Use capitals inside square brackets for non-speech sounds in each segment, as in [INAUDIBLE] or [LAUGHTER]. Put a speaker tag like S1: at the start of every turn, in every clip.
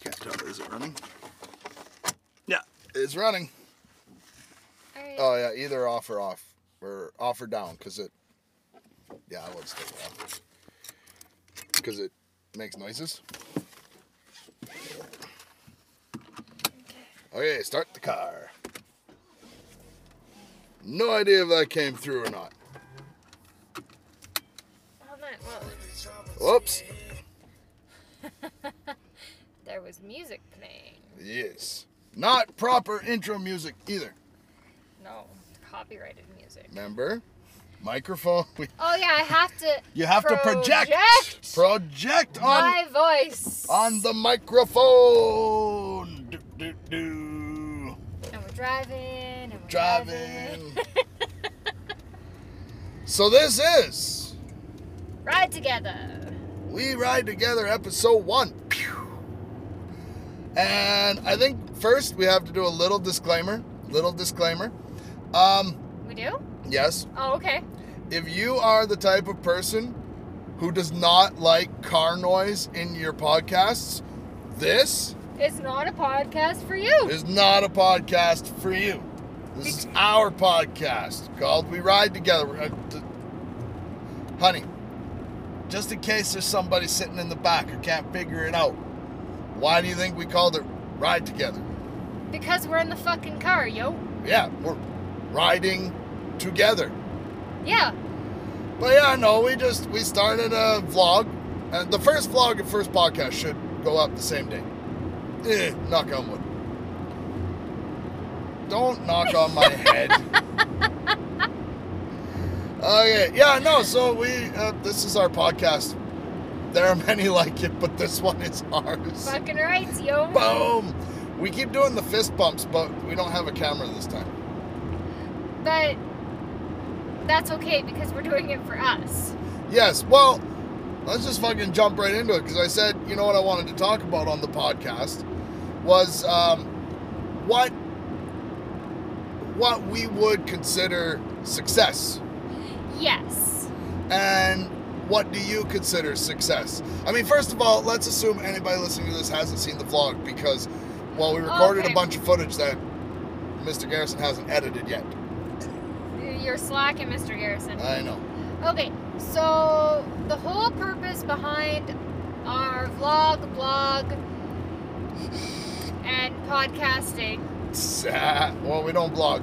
S1: Can't tell. Is it running? Yeah, it's running.
S2: Alright.
S1: Oh yeah, either off or off or off or down, cause it. Yeah, I would stay off. Cause it makes noises. Okay, start the car. No idea if that came through or not.
S2: Hold on. Well,
S1: Whoops.
S2: there was music playing.
S1: Yes. Not proper intro music either.
S2: No, copyrighted music.
S1: Remember? Microphone. [LAUGHS] We-
S2: Oh yeah, I have to.
S1: You have to project.
S2: project
S1: Project on
S2: my voice
S1: on the microphone. Do, do, do.
S2: And we're driving. And we're driving.
S1: Driving. so this is
S2: Ride together.
S1: We Ride Together episode 1. Pew. And I think first we have to do a little disclaimer, little disclaimer. Um
S2: We do?
S1: yes,
S2: Oh okay.
S1: if you are the type of person who does not like car noise in your podcasts, this
S2: It's not a podcast for you.
S1: is not a podcast for you. This is our podcast called We Ride Together. Uh, t- Honey, just in case there's somebody sitting in the back who can't figure it out, why do you think we called it Ride Together?
S2: Because we're in the fucking car, yo.
S1: Yeah, we're riding together.
S2: Yeah.
S1: But yeah, no, we just we started a vlog, and the first vlog and first podcast should go up the same day. Eh, knock on wood. Don't knock on my head. Okay, yeah, no. So we uh, this is our podcast. There are many [LAUGHS] like it, but this one is ours.
S2: Fucking rights, yo.
S1: Boom. We keep doing the fist bumps, but we don't have a camera this time.
S2: But that's okay because we're doing it for us.
S1: Yes. Well, let's just fucking jump right into it because I said, you know what I wanted to talk about on the podcast was um, what what we would consider success
S2: Yes.
S1: and what do you consider success? I mean, first of all, let's assume anybody listening to this hasn't seen the vlog because well, we recorded
S2: Okay.
S1: a bunch of footage that Mr. Garrison hasn't edited yet.
S2: You're slacking, Mr. Garrison.
S1: I know. [LAUGHS]
S2: Okay, so the whole purpose behind our vlog, blog, and podcasting.
S1: Sad. Well, we don't blog.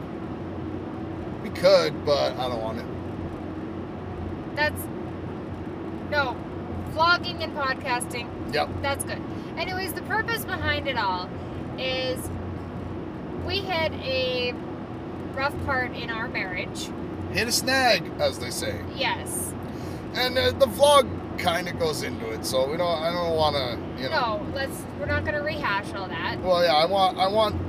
S1: We could, but I don't want it.
S2: That's no vlogging and podcasting.
S1: Yep.
S2: That's good. Anyways, the purpose behind it all is we had a rough part in our marriage.
S1: Hit a snag, as they say.
S2: Yes.
S1: And uh, the vlog kind of goes into it, so we don't. I don't want to, you know.
S2: No, let's. We're not gonna rehash all that.
S1: Well, yeah, I want, I want,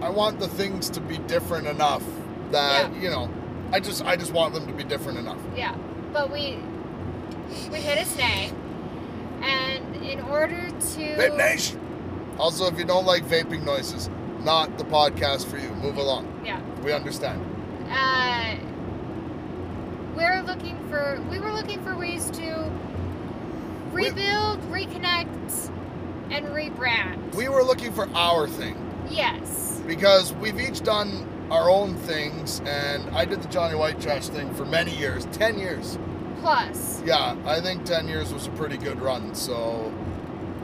S1: I want the things to be different enough that you know. I just, I just want them to be different enough.
S2: Yeah, but we we hit a snag, and in order
S1: Vape
S2: to
S1: Nation. Also, if you don't like vaping noises, not the podcast for you. Move along.
S2: yeah,
S1: We understand.
S2: uh, we're looking for we were looking for ways to
S1: We-
S2: rebuild, reconnect, and rebrand.
S1: We were looking for our thing.
S2: yes,
S1: because we've each done our own things and i did the johnny white trash thing for many years 10 years
S2: plus
S1: yeah i think 10 years was a pretty good run so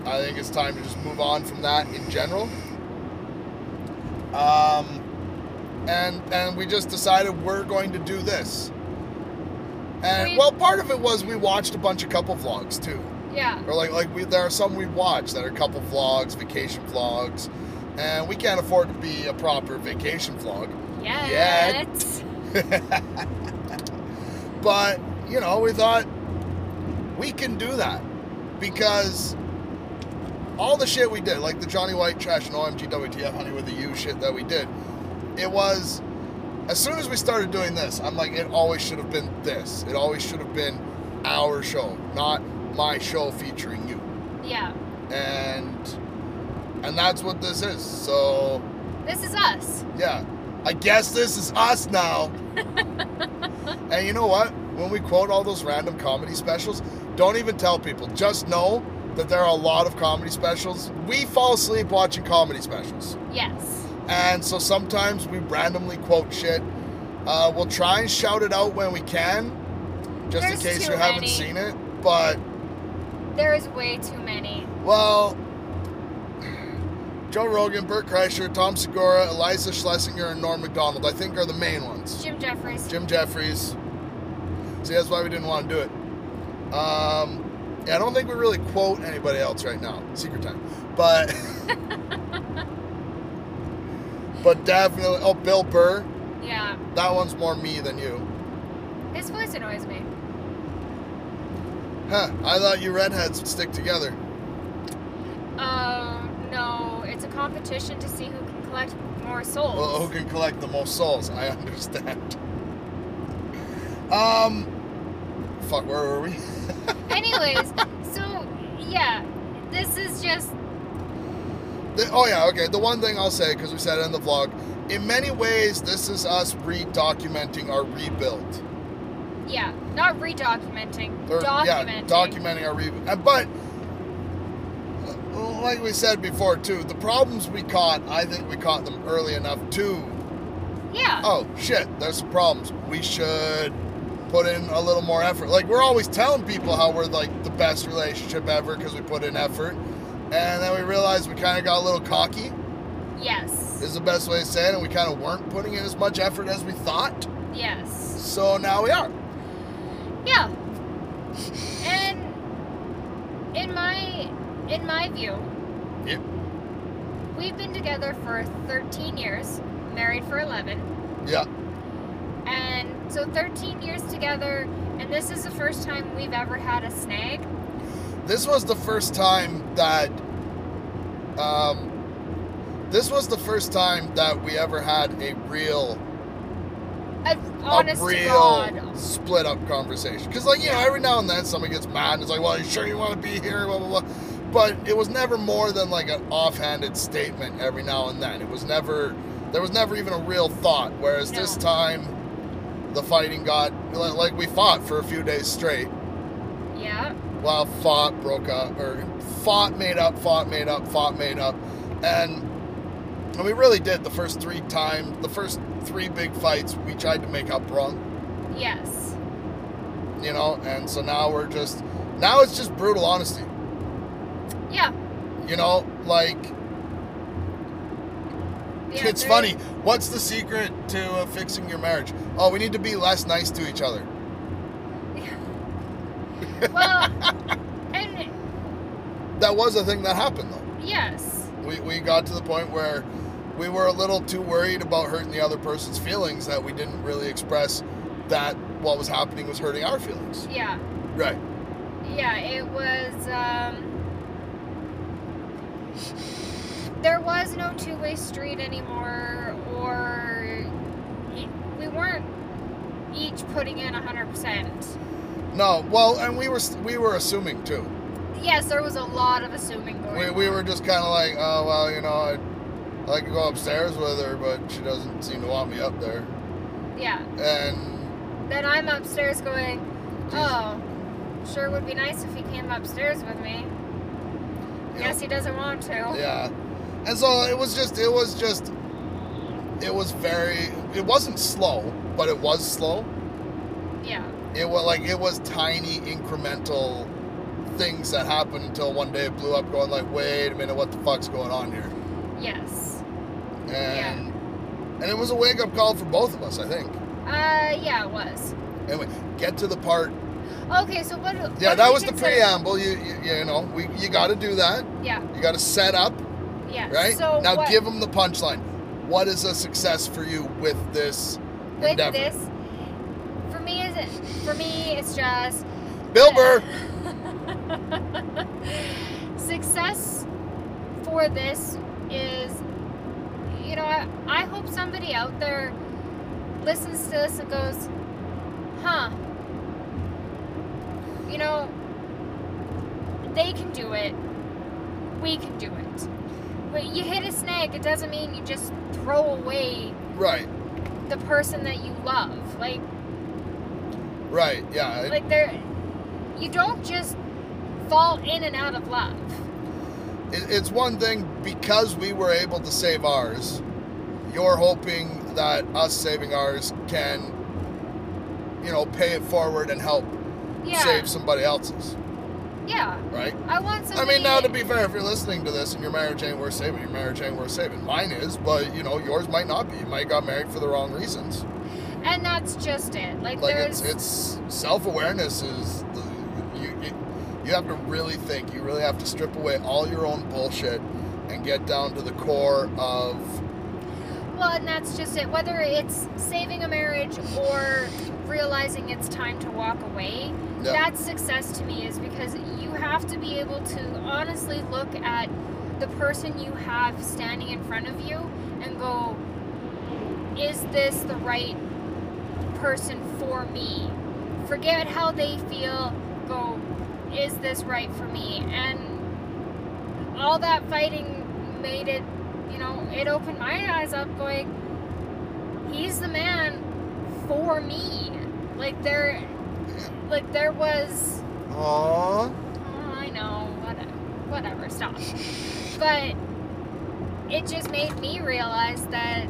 S1: i think it's time to just move on from that in general um, and and we just decided we're going to do this and
S2: We-
S1: well part of it was we watched a bunch of couple vlogs too
S2: yeah,
S1: or like like we there are some we watch that are couple vlogs, vacation vlogs, and we can't afford to be a proper vacation vlog.
S2: yes,
S1: But you know, we thought we can do that because all the shit we did, like the Johnny White trash and OMG WTF honey with the U shit that we did, it was as soon as we started doing this, I'm like, it always should have been this. It always should have been our show, not my show featuring you.
S2: yeah.
S1: and and that's what this is. So
S2: This is us.
S1: yeah, I guess this is us
S2: [LAUGHS]
S1: now. and you know what? When we quote all those random comedy specials, don't even tell people. Just know that there are a lot of comedy specials. We fall asleep watching comedy specials.
S2: Yes.
S1: And so sometimes we randomly quote shit. Uh, we'll try and shout it out when we can, just
S2: There's
S1: in case
S2: too
S1: you haven't
S2: many.
S1: seen it. But,
S2: There is way too many.
S1: well, [SIGHS] Joe Rogan, Burt Kreischer, Tom Segura, Eliza Schlesinger, and Norm MacDonald, I think, are the main ones.
S2: Jim Jeffries.
S1: Jim Jeffries. See, that's why we didn't want to do it. Um, yeah, I don't think we really quote anybody else right now. Secret time, but [LAUGHS] but definitely. Oh, Bill Burr.
S2: Yeah.
S1: That one's more me than you.
S2: His voice annoys me.
S1: Huh? I thought you redheads would stick together.
S2: Um, no, it's a competition to see who can collect more souls.
S1: Well, who can collect the most souls? I [LAUGHS] understand. Um, fuck. Where were we? [LAUGHS]
S2: Anyways, so yeah, this is just
S1: The, oh yeah, okay. The one thing I'll say because we said it in the vlog, in many ways, this is us re-documenting our rebuild.
S2: yeah, not redocumenting,
S1: Or,
S2: documenting.
S1: Yeah, documenting our rebuild. And- But uh, like we said before too, the problems we caught, I think we caught them early enough too.
S2: Yeah.
S1: Oh shit, there's some problems. We should put in a little more effort. Like we're always telling people how we're like the best relationship ever because we put in effort, and then we realized we kind of got a little cocky.
S2: Yes.
S1: is the best way to say it, and we kind of weren't putting in as much effort as we thought.
S2: yes.
S1: So now we are.
S2: Yeah. And in my in my view,
S1: Yep.
S2: we've been together for 13 years, married for 11,
S1: Yeah.
S2: and so 13 years together, and this is the first time we've ever had a snag.
S1: This was the first time that um this was the first time that we ever had a real
S2: A, honest
S1: a
S2: to
S1: real
S2: God.
S1: split up conversation. Cuz like, you know, every now and then somebody gets mad and is like, "Well, you sure you want to be here?" blah blah blah. But it was never more than like an offhanded statement every now and then. It was never there was never even a real thought whereas
S2: No.
S1: this time the fighting got like like we fought for a few days straight.
S2: Yeah.
S1: Well, fought, broke up, or fought, made up, fought, made up, fought, made up, and and we really did the first three times, the first three big fights, we tried to make up wrong,
S2: Yes.
S1: you know, and so now we're just now it's just brutal honesty,
S2: Yeah.
S1: you know, like
S2: yeah
S1: it's
S2: there-
S1: funny. What's the secret to uh, fixing your marriage? Oh, we need to be less nice to each other. [LAUGHS]
S2: Well, and
S1: That was a thing that happened though.
S2: yes,
S1: we, we got to the point where we were a little too worried about hurting the other person's feelings that we didn't really express that what was happening was hurting our feelings.
S2: yeah,
S1: Right.
S2: yeah. It was. Um, there was no two-way street anymore, or it, we weren't each putting in hundred percent.
S1: No. Well, and we were we were assuming too.
S2: Yes, there was a lot of assuming going.
S1: We,
S2: on.
S1: we were just kind of like, oh well, you know, I'd like to go upstairs with her, but she doesn't seem to want me up there.
S2: Yeah.
S1: And
S2: Then I'm upstairs going, oh, sure would be nice if he came upstairs with
S1: you
S2: me.
S1: know,
S2: Guess he doesn't want to.
S1: Yeah. And so it was just it was just it was very it wasn't slow, but it was slow.
S2: Yeah.
S1: it was like it was tiny incremental things that happened until one day it blew up going like wait a minute what the fuck's going on here
S2: Yes.
S1: and
S2: Yeah.
S1: and it was a wake-up call for both of us i think
S2: Uh, yeah, it was.
S1: anyway get to the part
S2: Okay, so what? what
S1: yeah
S2: do
S1: that
S2: you
S1: was the
S2: consider-
S1: preamble you you, you know we you got to do that
S2: Yeah,
S1: you got to set up
S2: yeah.
S1: right
S2: So
S1: now
S2: what,
S1: give them the punchline what is a success for you with this
S2: with
S1: endeavor
S2: this. For me, is it? For me, it's just
S1: bill burr
S2: [LAUGHS] success for this is, you know, I, I hope somebody out there listens to this and goes, huh, you know, they can do it, we can do it. But you hit a snag, it doesn't mean you just throw away
S1: right
S2: the person that you love. Like,
S1: right yeah
S2: like there you don't just fall in and out of love.
S1: It, it's one thing because we were able to save ours. You're hoping that us saving ours can, you know, pay it forward and help
S2: Yeah.
S1: save somebody else's,
S2: Yeah.
S1: right?
S2: I want
S1: I
S2: somebody.
S1: mean, now to be fair, if you're listening to this and your marriage ain't worth saving, your marriage ain't worth saving. Mine is, but you know, yours might not be. You might got married for the wrong reasons.
S2: And that's just it. Like,
S1: Like
S2: there's.
S1: it's it's self awareness is the, you it, you have to really think. You really have to strip away all your own bullshit and get down to the core of
S2: Well, and that's just it. Whether it's saving a marriage or realizing it's time to walk away,
S1: Yeah.
S2: that's success to me is because you have to be able to honestly look at the person you have standing in front of you and go, is this the right person for me? Forget how they feel, go, is this right for me? And all that fighting made it, you know, it opened my eyes up going, he's the man for me. Like there, like there was,
S1: Aww.
S2: oh, I know, whatever,
S1: [LAUGHS]
S2: whatever, stop. But it just made me realize that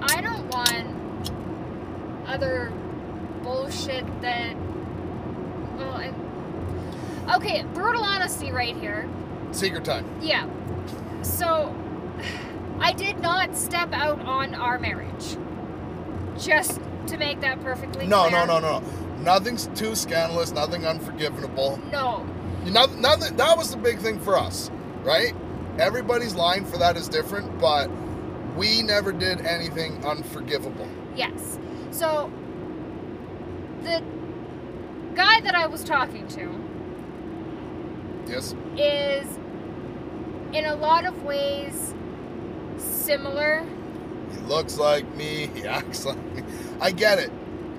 S2: I don't want other bullshit that, well, I, okay, brutal honesty right here.
S1: Secret time.
S2: Yeah. So I did not step out on our marriage. Just to make that perfectly
S1: No, no,
S2: clear.
S1: no, no. Nothing's too scandalous. Nothing unforgivable.
S2: No.
S1: Nothing, nothing. That was the big thing for us, right? Everybody's line for that is different, but we never did anything unforgivable.
S2: Yes. So the guy that I was talking to
S1: Yes.
S2: is in a lot of ways similar.
S1: He looks like me. [LAUGHS] He acts like me. I get it.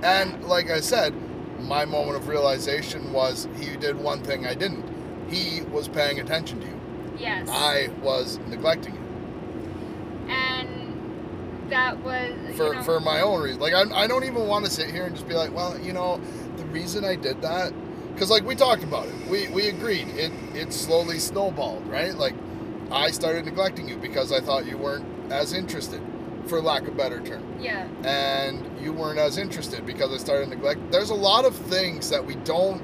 S1: And like I said, my moment of realization was he did one thing I didn't. He was paying attention to you.
S2: Yes.
S1: I was neglecting you
S2: and that was
S1: for,
S2: you know,
S1: for my own reason. Like, I, I don't even want to sit here and just be like, well, you know, the reason I did that. Because, like, we talked about it. We, we agreed. It, it slowly snowballed, right? Like, I started neglecting you because I thought you weren't as interested, for lack of better term.
S2: yeah.
S1: and you weren't as interested because I started neglect. There's a lot of things that we don't.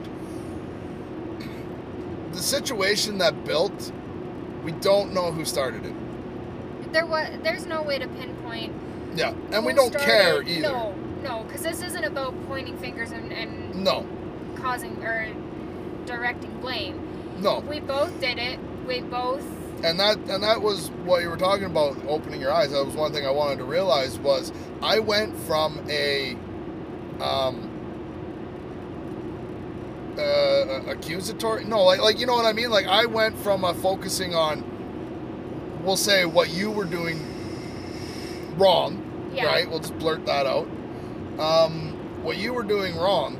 S1: The situation that built, we don't know who started it.
S2: There was there's no way to pinpoint
S1: Yeah, and we
S2: who
S1: don't care
S2: started-
S1: either.
S2: No, no, because this isn't about pointing fingers and, and
S1: no,
S2: causing or directing blame.
S1: no.
S2: We both did it. We both.
S1: and that and that was what you were talking about opening your eyes that was one thing i wanted to realize was i went from a um uh, accusatory no like, like you know what i mean like i went from a focusing on we'll say what you were doing wrong
S2: Yeah.
S1: right? We'll just blurt that out. Um, what you were doing wrong,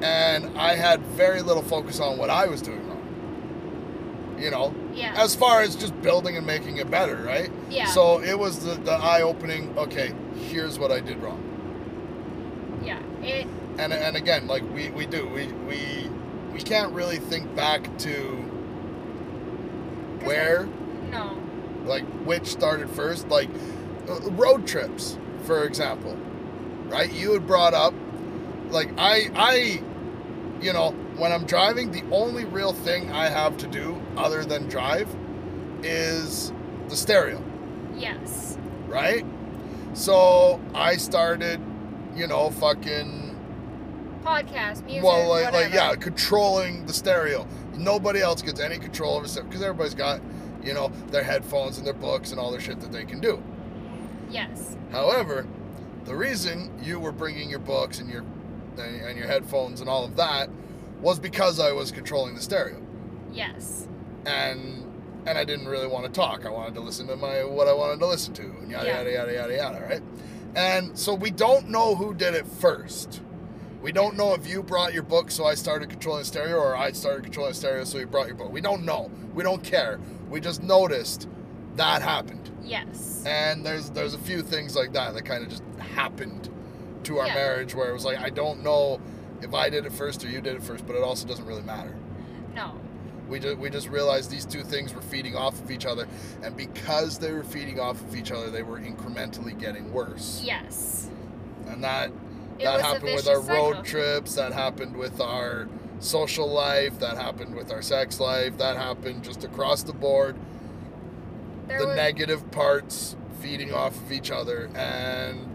S1: and I had very little focus on what I was doing wrong. You know,
S2: Yeah.
S1: as far as just building and making it better, right?
S2: yeah.
S1: Uh, So it was the, the eye opening. Okay, here's what I did wrong.
S2: yeah. It.
S1: And and again, like we we do we we we can't really think back to
S2: 'cause
S1: where
S2: No.
S1: like which started first like uh, road trips for example right you had brought up like i i you know when i'm driving the only real thing i have to do other than drive is the stereo
S2: Yes.
S1: right so i started you know fucking
S2: Podcast music.
S1: well like, like
S2: whatever.
S1: yeah controlling the stereo nobody else gets any control over stuff because everybody's got you know their headphones and their books and all their shit that they can do
S2: Yes.
S1: However, the reason you were bringing your books and your and, and your headphones and all of that was because I was controlling the stereo,
S2: Yes.
S1: and and I didn't really want to talk. I wanted to listen to my what I wanted to listen to, and yada
S2: Yeah.
S1: yada yada yada yada, right? And so we don't know who did it first. We don't know if you brought your book, so I started controlling stereo, or I started controlling stereo, so you brought your book. We don't know. We don't care. We just noticed that happened
S2: Yes.
S1: and there's there's a few things like that that kind of just happened to our
S2: Yeah.
S1: marriage where it was like I don't know if I did it first or you did it first, but it also doesn't really matter.
S2: No.
S1: We just, we just realized these two things were feeding off of each other, and because they were feeding off of each other, they were incrementally getting worse.
S2: Yes.
S1: And that
S2: It
S1: that
S2: was
S1: happened
S2: a
S1: with
S2: vicious
S1: our
S2: cycle.
S1: road trips. That happened with our social life. That happened with our sex life. That happened just across the board.
S2: There
S1: the
S2: was,
S1: negative parts feeding off of each other. And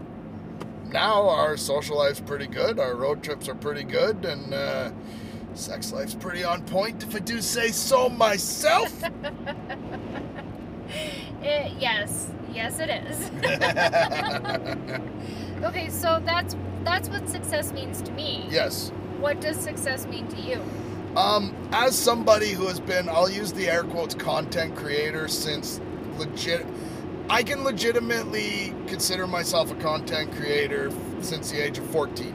S1: now our social life's pretty good. Our road trips are pretty good. And uh, sex life's pretty on point, if I do say so myself.
S2: It, yes. Yes,
S1: [LAUGHS]
S2: it is.
S1: yes.
S2: okay, so that's that's what success means to me.
S1: [LAUGHS]
S2: What does success mean to you?
S1: Um, as somebody who has been, I'll use the air quotes, content creator since legit, I can legitimately consider myself a content creator since the age of 14.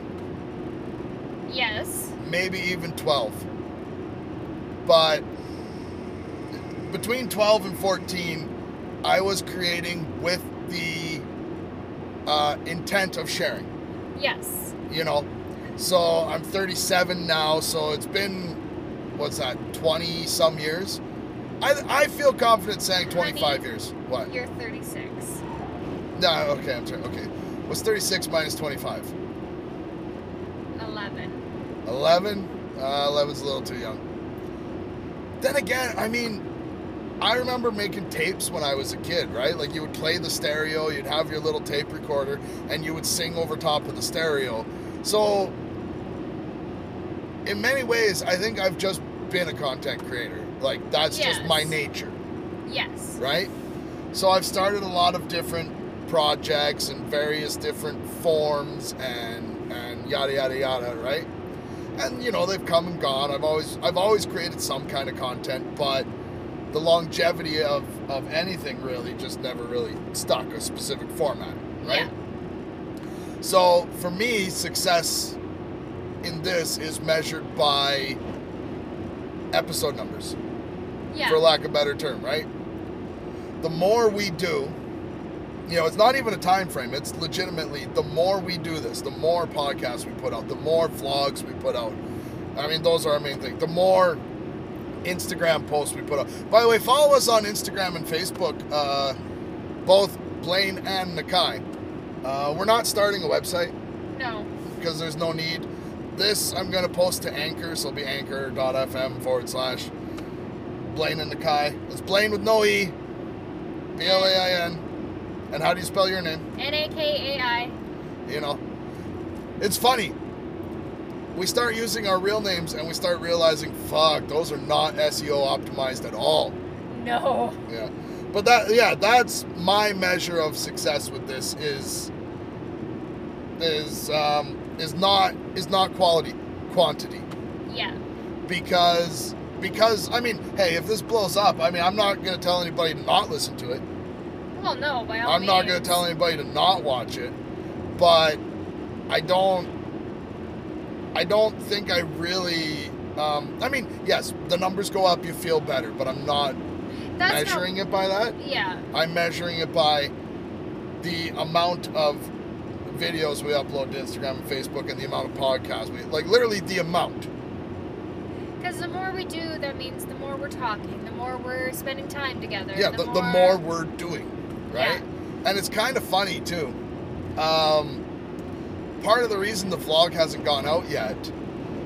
S2: Yes.
S1: maybe even 12. But between 12 and 14, I was creating with the uh, intent of sharing,
S2: Yes.
S1: you know. So I'm 37 now, so it's been, what's that, 20 some years? I, I feel confident saying 25
S2: Honey.
S1: years. What?
S2: You're 36.
S1: No, okay, I'm sorry. Okay. What's 36 minus 25?
S2: 11.
S1: 11 uh, 11's a little too young then again i mean i remember making tapes when i was a kid right like you would play the stereo you'd have your little tape recorder and you would sing over top of the stereo so in many ways i think i've just been a content creator like that's just my
S2: Yes.
S1: nature
S2: Yes.
S1: right? So I've started a lot of different projects and various different forms and and yada yada yada, right? And you know, they've come and gone. I've always I've always created some kind of content, but the longevity of of anything really just never really stuck a specific format, right?
S2: Yeah.
S1: So for me, success in this is measured by episode numbers
S2: Yeah.
S1: for lack of a better term, right? The more we do, you know, it's not even a time frame. It's legitimately the more we do this, the more podcasts we put out, the more vlogs we put out. I mean, those are our main thing. The more Instagram posts we put out. By the way, follow us on Instagram and Facebook, uh, both Blaine and Nakai. Uh, we're not starting a website
S2: no.
S1: because there's no need. This I'm gonna post to Anchor, so it'll be anchor.fm forward slash Blaine and Nakai. It's Blaine with no E. B L A I N. And how do you spell your name?
S2: N A K A I.
S1: You know. It's funny. We start using our real names and we start realizing, fuck, those are not SEO optimized at all.
S2: No.
S1: Yeah. But that yeah, that's my measure of success with this is is um is not is not quality quantity
S2: Yeah.
S1: because because I mean, hey, if this blows up, I mean, I'm not going to tell anybody to not listen to it.
S2: Well, no. By all
S1: I'm not going to
S2: means.
S1: tell anybody to not watch it, but I don't I don't think I really um, I mean, yes, the numbers go up, you feel better, but I'm not
S2: That's
S1: measuring it by that.
S2: Not, yeah.
S1: I'm measuring it by the amount of videos we upload to Instagram and Facebook and the amount of podcasts we like literally the amount.
S2: Because the more we do, that means the more we're talking, the more we're spending time together.
S1: yeah, the, the more
S2: [LAUGHS]
S1: we're doing, right?
S2: Yeah.
S1: And it's kind of funny too. Um, part of the reason the vlog hasn't gone out yet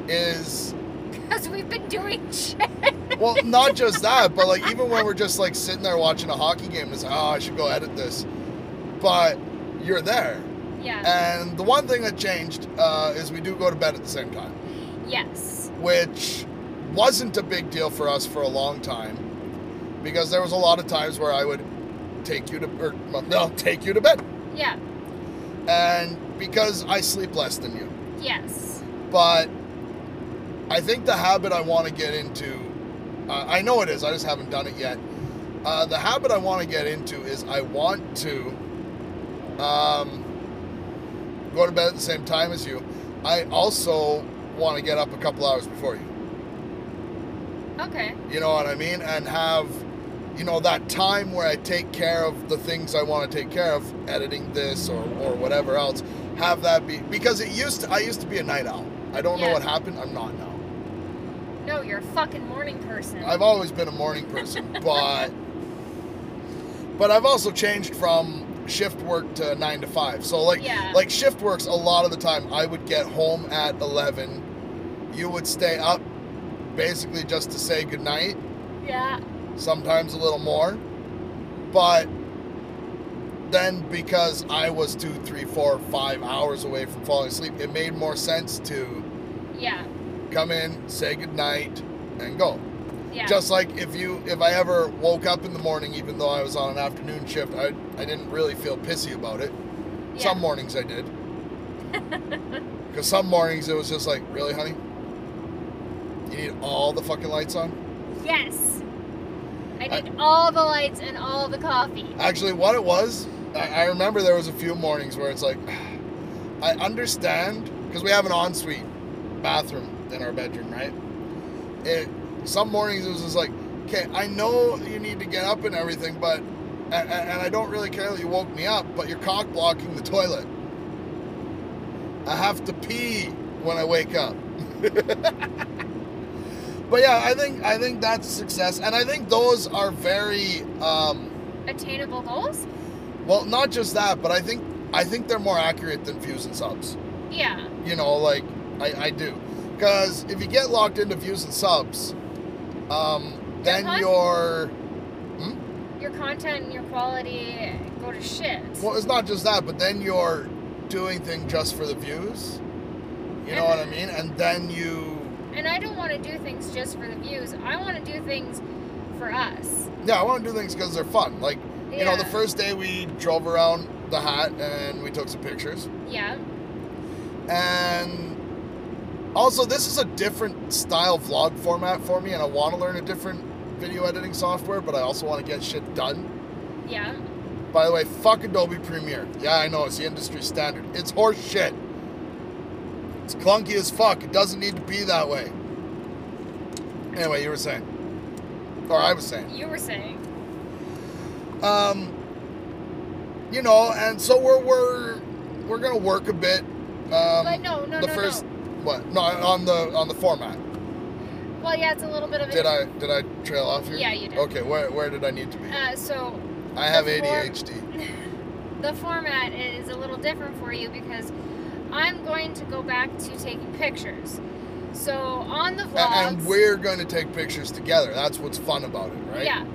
S1: is
S2: Because we've been doing [LAUGHS] shit.
S1: well, not just that, but like even when we're just like sitting there watching a hockey game, it's like, oh, I should go edit this, but you're there.
S2: Yeah.
S1: And the one thing that changed uh, is we do go to bed at the same time.
S2: yes.
S1: which wasn't a big deal for us for a long time because there was a lot of times where I would take you to or well, no, [LAUGHS] take you to bed
S2: Yeah.
S1: and because I sleep less than you
S2: Yes.
S1: but I think the habit I want to get into uh, I know it is I just haven't done it yet uh, the habit I want to get into is I want to um, go to bed at the same time as you I also want to get up a couple hours before you
S2: Okay.
S1: You know what I mean? And have, you know, that time where I take care of the things I want to take care of, editing this or, or whatever else, have that be because it used to I used to be a night owl. I don't know
S2: Yeah.
S1: what happened. I'm not now.
S2: No, show, you're a fucking morning person.
S1: I've always been a morning person,
S2: [LAUGHS]
S1: but but I've also changed from shift work to nine to five. So like
S2: Yeah.
S1: like shift works a lot of the time. I would get home at eleven. You would stay up basically just to say goodnight,
S2: yeah.
S1: sometimes a little more. But then because I was two, three, four, five hours away from falling asleep, it made more sense to
S2: Yeah.
S1: come in, say goodnight, and go.
S2: Yeah.
S1: Just like if you, if I ever woke up in the morning, even though I was on an afternoon shift, I, I didn't really feel pissy about it.
S2: yeah.
S1: Some mornings I
S2: [LAUGHS]
S1: did. Because some mornings it was just like, really, honey? You need all the fucking lights on?
S2: Yes. I
S1: I- Uh,
S2: need all the lights and all the coffee.
S1: Actually, what it was, I, I remember there was a few mornings where it's like, I understand, because we have an ensuite bathroom in our bedroom, right? It, some mornings it was just like, okay, I know you need to get up and everything, but, and, and I don't really care that you woke me up, but you're cock blocking the toilet. I have to pee when I wake up. [LAUGHS] but yeah, I think I think that's a success, and I think those are very um,
S2: Attainable goals?
S1: well. Not just that, but I think I think they're more accurate than views and subs.
S2: Yeah.
S1: You know, like I, I do, because if you get locked into views and subs, um, then
S2: Uh-huh.
S1: you're
S2: Your content and your quality go to shit.
S1: well. It's not just that, but then you're doing things just for the views. You know what I mean? And then you
S2: And I don't want to do things just for the views. I want to do things for us.
S1: yeah, I want to do things because they're fun. Like
S2: Yeah.
S1: you know, the first day we drove around the hat and we took some pictures.
S2: Yeah.
S1: And also, this is a different style vlog format for me, and I want to learn a different video editing software, but I also want to get shit done.
S2: Yeah.
S1: By the way, fuck Adobe Premiere. Yeah, I know, it's the industry standard. It's horse shit. It's clunky as fuck. It doesn't need to be that way. Anyway, you were saying. Or I was saying.
S2: You were saying.
S1: um, you know, and so we're we're we're gonna work a bit. Um,
S2: But no, no,
S1: the
S2: no,
S1: first what? No, on the on the format.
S2: no. Well, yeah, it's a little bit of a.
S1: Did I did I trail off here?
S2: Yeah, you did.
S1: Okay, where where did I need to be?
S2: Uh, so
S1: I have
S2: the form-
S1: ADHD.
S2: the format is a little different for you because I'm going to go back to taking pictures. So on the
S1: A-
S2: vlogs,
S1: And we're going to take pictures together. That's what's fun about it, right?
S2: yeah,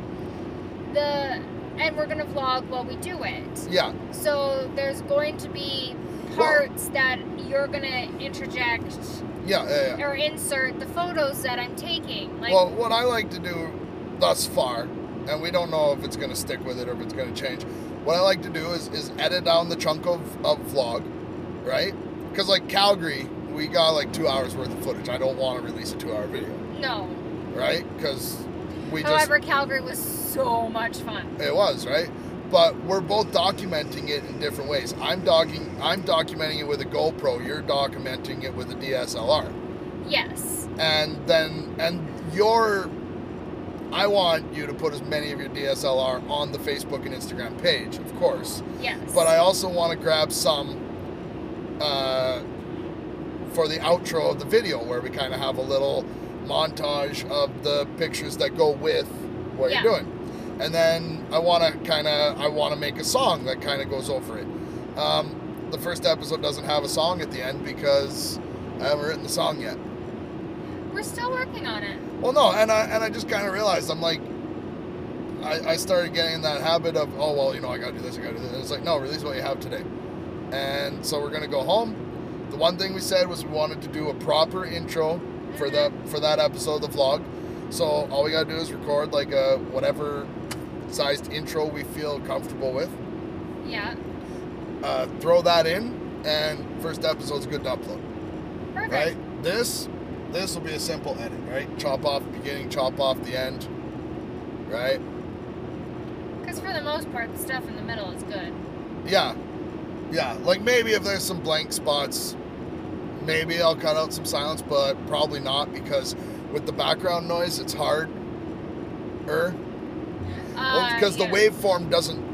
S2: the and we're gonna vlog while we do it.
S1: Yeah.
S2: So there's going to be parts that you're gonna interject
S1: Yeah. yeah, yeah.
S2: or insert the photos that I'm taking. Like
S1: well, what I like to do thus far, and we don't know if it's going to stick with it or if it's going to change. What I like to do is is edit down the chunk of of vlog, right? Because like Calgary, we got like two hours worth of footage. I don't want to release a two hour video,
S2: no.
S1: right? Because we just Uh,
S2: However, Calgary was so much fun.
S1: It was right, but we're both documenting it in different ways. I'm dogging, I'm documenting it with a GoPro. You're documenting it with a DSLR,
S2: Yes.
S1: and then and your, I want you to put as many of your DSLR on the Facebook and Instagram page, of course.
S2: Yes.
S1: But I also want to grab some uh, for the outro of the video where we kind of have a little montage of the pictures that go with what
S2: Yeah.
S1: you're doing. And then I want to kind of I want to make a song that kind of goes over it. Um, the first episode doesn't have a song at the end because I haven't written the song yet.
S2: we're still working on it.
S1: Well, no, and I and I just kind of realized I'm like, I, I started getting in that habit of oh well you know I gotta do this I gotta do this. And it's like no, release what you have today, and so we're gonna go home. The one thing we said was we wanted to do a proper intro for the for that episode of the vlog. So all we gotta do is record like a whatever sized intro we feel comfortable with.
S2: Yeah.
S1: Uh, throw that in, and first episode's good to upload
S2: Perfect.
S1: right? This this will be a simple edit, right? Chop off the beginning, chop off the end, right?
S2: Because for the most part, the stuff in the middle is good.
S1: Yeah, yeah. Like maybe if there's some blank spots, maybe I'll cut out some silence, but probably not because with the background noise, it's hard. Er,
S2: Uh,
S1: because
S2: yeah.
S1: Oh, the waveform doesn't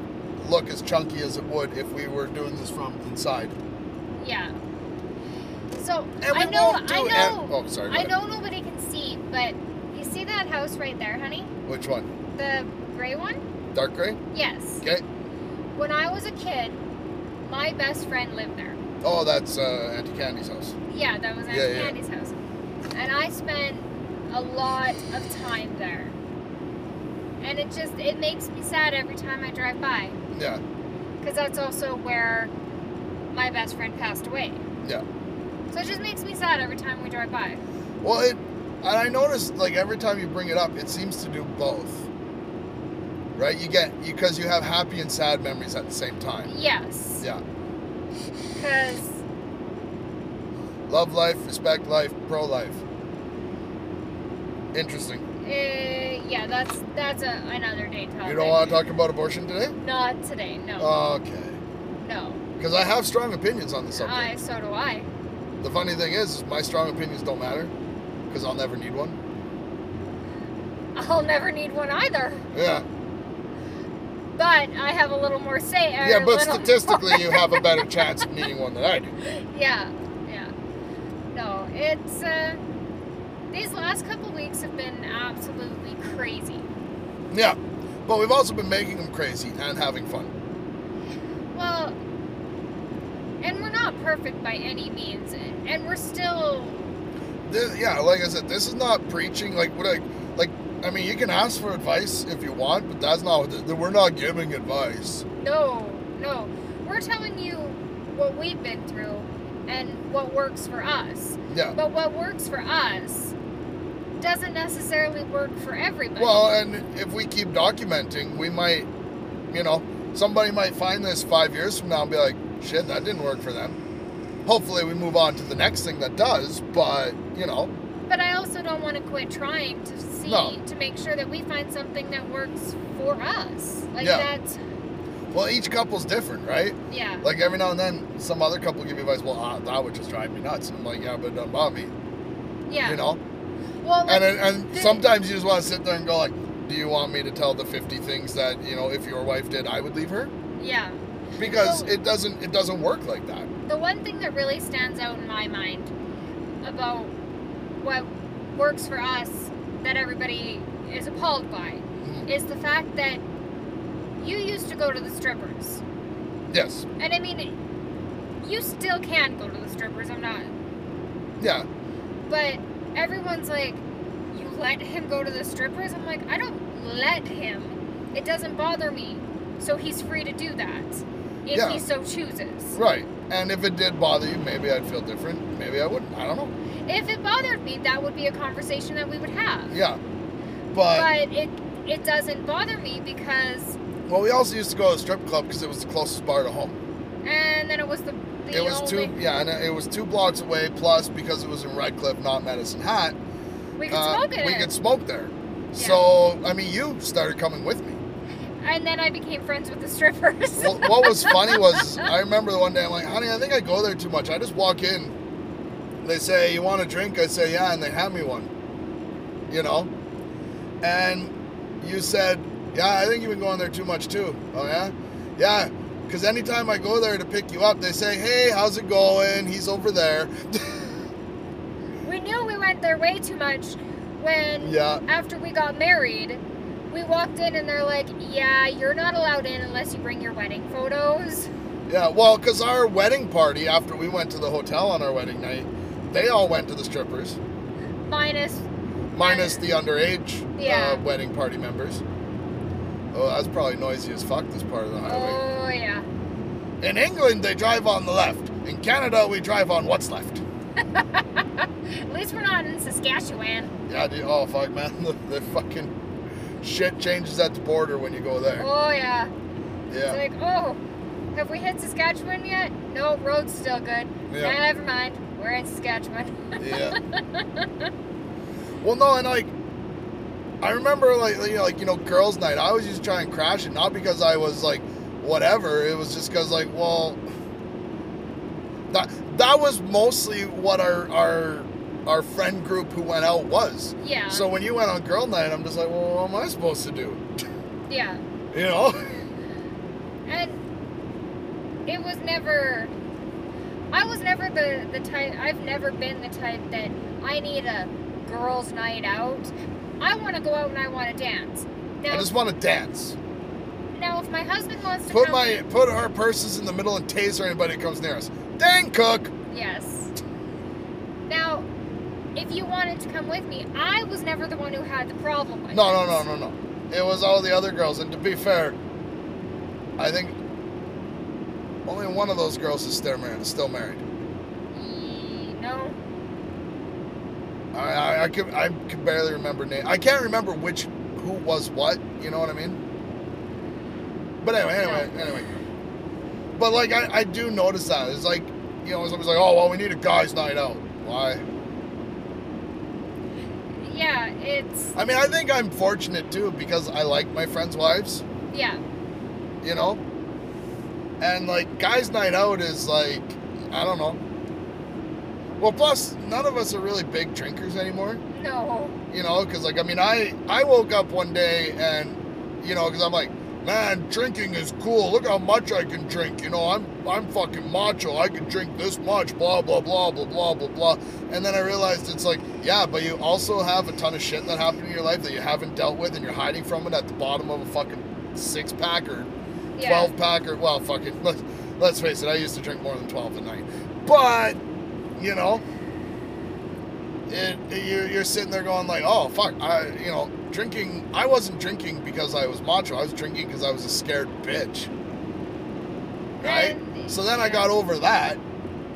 S1: look as chunky as it would if we were doing this from inside.
S2: Yeah. So
S1: And we
S2: I know,
S1: won't do
S2: I
S1: it-
S2: know,
S1: oh, sorry. go
S2: I
S1: ahead.
S2: know nobody can see, But you see that house right there, honey?
S1: Which one?
S2: The gray one?
S1: Dark gray?
S2: Yes.
S1: Okay.
S2: When I was a kid, my best friend lived there.
S1: Oh, that's uh, Auntie Candy's house.
S2: Yeah, that was Aunt
S1: Yeah, yeah.
S2: Candy's house. And I spent a lot of time there. And it just it makes me sad every time I drive by
S1: Yeah.
S2: because that's also where my best friend passed away.
S1: Yeah.
S2: So it just makes me sad every time we drive by.
S1: Well, it, and I noticed like every time you bring it up, it seems to do both. Right? You get because you have happy and sad memories at the same time.
S2: Yes.
S1: Yeah.
S2: Because
S1: Love life, respect life, pro life. Interesting.
S2: uh, yeah, that's that's a, another day topic.
S1: You don't Uh, want to talk about abortion today?
S2: Not today. No.
S1: Okay.
S2: no.
S1: Because I have strong opinions on the
S2: I
S1: subject.
S2: so do I.
S1: The funny thing is, is my strong opinions don't matter because I'll never need one.
S2: I'll never need one either.
S1: Yeah.
S2: But I have a little more say. or
S1: Yeah,
S2: a
S1: but
S2: little [LAUGHS] more-
S1: statistically, you have a
S2: [LAUGHS]
S1: better chance of needing one than I do.
S2: Yeah, yeah. No, it's uh, these last couple weeks have been absolutely crazy.
S1: Yeah. But we've also been making them crazy and having fun.
S2: Well, and we're not perfect by any means, and and we're still
S1: This, yeah, like I said, this is not preaching. Like, what I, like, I mean, you can ask for advice if you want, but that's not what the, we're not giving advice.
S2: no, no. We're telling you what we've been through and what works for us.
S1: Yeah.
S2: But what works for us doesn't necessarily work for everybody.
S1: Well, and if we keep documenting, we might, you know, somebody might find this five years from now and be like, shit, that didn't work for them. Hopefully, we move on to the next thing that does, but, you know,
S2: But I also don't want to quit trying to see
S1: No.
S2: to make sure that we find something that works for us. Like
S1: Yeah.
S2: that's
S1: well, each couple's different, right?
S2: yeah.
S1: Like, every now and then, some other couple give me advice, well, ah, that would just drive me nuts. And I'm like, yeah, but it doesn't bother me,
S2: yeah.
S1: you know?
S2: well like,
S1: And, it- and
S2: the-
S1: sometimes you just want to sit there and go, like, do you want me to tell the 50 things that, you know, if your wife did, I would leave her?
S2: yeah.
S1: Because
S2: No.
S1: it doesn't, it doesn't work like that.
S2: The one thing that really stands out in my mind about what works for us that everybody is appalled by
S1: Mhm.
S2: is the fact that you used to go to the strippers.
S1: Yes.
S2: And I mean you still can go to the strippers, I'm not
S1: Yeah.
S2: But everyone's like, you let him go to the strippers? I'm like, I don't let him. It doesn't bother me. So he's free to do that if
S1: Yeah.
S2: he so chooses.
S1: Right. And if it did bother you, maybe I'd feel different. Maybe I wouldn't. I don't know.
S2: If it bothered me, that would be a conversation that we would have.
S1: Yeah. But,
S2: But it it doesn't bother me because
S1: well, we also used to go to a strip club because it was the closest bar to home.
S2: and then it was the, the
S1: it was
S2: only
S1: two, yeah, and it was two blocks away. Plus, because it was in Redcliffe, not Medicine Hat,
S2: we could
S1: uh,
S2: smoke in
S1: we
S2: it.
S1: could smoke there. So, I mean, you started coming with me.
S2: And then I became friends with the strippers.
S1: What, what was funny was I remember the one day I'm like, honey, I think I go there too much. I just walk in. They say, you want a drink? I say, yeah, and they hand me one. You know? And you said, yeah, I think you've been going there too much too. Oh, yeah? Yeah. Because anytime I go there to pick you up, they say, hey, how's it going? He's over there. [LAUGHS]
S2: [LAUGHS] we knew we went there way too much when
S1: Yeah.
S2: after we got married, we walked in and they're like, "Yeah, you're not allowed in unless you bring your wedding photos."
S1: Yeah, well, because our wedding party, after we went to the hotel on our wedding night, they all went to the strippers,
S2: Minus,
S1: minus the underage
S2: Yeah.
S1: uh, wedding party members. Oh, that's probably noisy as fuck, this part of the highway.
S2: oh yeah,
S1: In England, they drive on the left. In Canada, we drive on what's left.
S2: at least we're not in Saskatchewan.
S1: Yeah, dude, oh, fuck, man. [LAUGHS] The, the fucking shit changes at the border when you go there.
S2: Oh yeah, it's
S1: Yeah.
S2: like, oh, have we hit Saskatchewan yet? No, road's still good.
S1: Yeah.
S2: Never mind, we're in Saskatchewan. [LAUGHS]
S1: Yeah. well, no, and like, I remember like you know, like you know, girls' night. I always used to try and crash it, not because I was like, whatever. It was just because like, well, that that was mostly what our our our friend group who went out was.
S2: Yeah,
S1: So when you went on girl night, I'm just like, well, what am I supposed to do?
S2: yeah,
S1: You know?
S2: and it was never. I was never the the type. I've never been the type that I need a girls' night out. I want to go out and I want to dance.
S1: [LAUGHS]
S2: Now,
S1: I just want to dance.
S2: now if my husband wants to
S1: Put
S2: come
S1: my put our purses in the middle and taser anybody that comes near us. Dang cook.
S2: Yes. Now, if you wanted to come with me, I was never the one who had the problem with
S1: No, no,
S2: this.
S1: no, no, no. It was all the other girls, and to be fair, I think only one of those girls is still married. Still married.
S2: E- No.
S1: I, I, I could, I could barely remember name. I can't remember which, who was what. You know what I mean? But anyway, anyway, anyway. But like, I, I do notice that it's like, you know, somebody's like, oh well, we need a guys' night out. Why?
S2: Yeah, it's
S1: I mean, I think I'm fortunate too because I like my friends' wives.
S2: yeah.
S1: you know? And like guys' night out is like I don't know. Well, plus none of us are really big drinkers anymore,
S2: No.
S1: you know? Because like I mean, I I woke up one day and you know because I'm like, man, drinking is cool. Look how much I can drink. You know, I'm I'm fucking macho. I can drink this much. Blah blah blah blah blah blah blah. And then I realized it's like, yeah, but you also have a ton of shit that happened in your life that you haven't dealt with, and you're hiding from it at the bottom of a fucking six pack or
S2: Yeah.
S1: 12 pack or well fuck it let's, let's face it i used to drink more than 12 a night but you know it, you're, you're sitting there going like oh fuck i you know drinking i wasn't drinking because i was macho i was drinking because i was a scared bitch right
S2: And-
S1: so then i
S2: yeah.
S1: got over that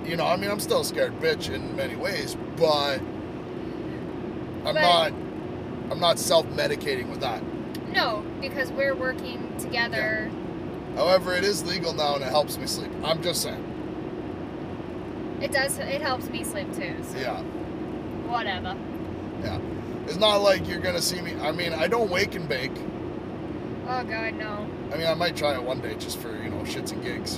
S1: you know i mean i'm still a scared bitch in many ways but i'm
S2: But-
S1: not i'm not self-medicating with that
S2: No, because we're working together.
S1: however it is legal now and it helps me sleep i'm just saying
S2: It does. It helps me sleep too. So
S1: yeah
S2: whatever.
S1: It's not like you're gonna see me. I mean, I don't wake and bake.
S2: Oh God, no.
S1: I mean, I might try it one day just for you know shits and gigs.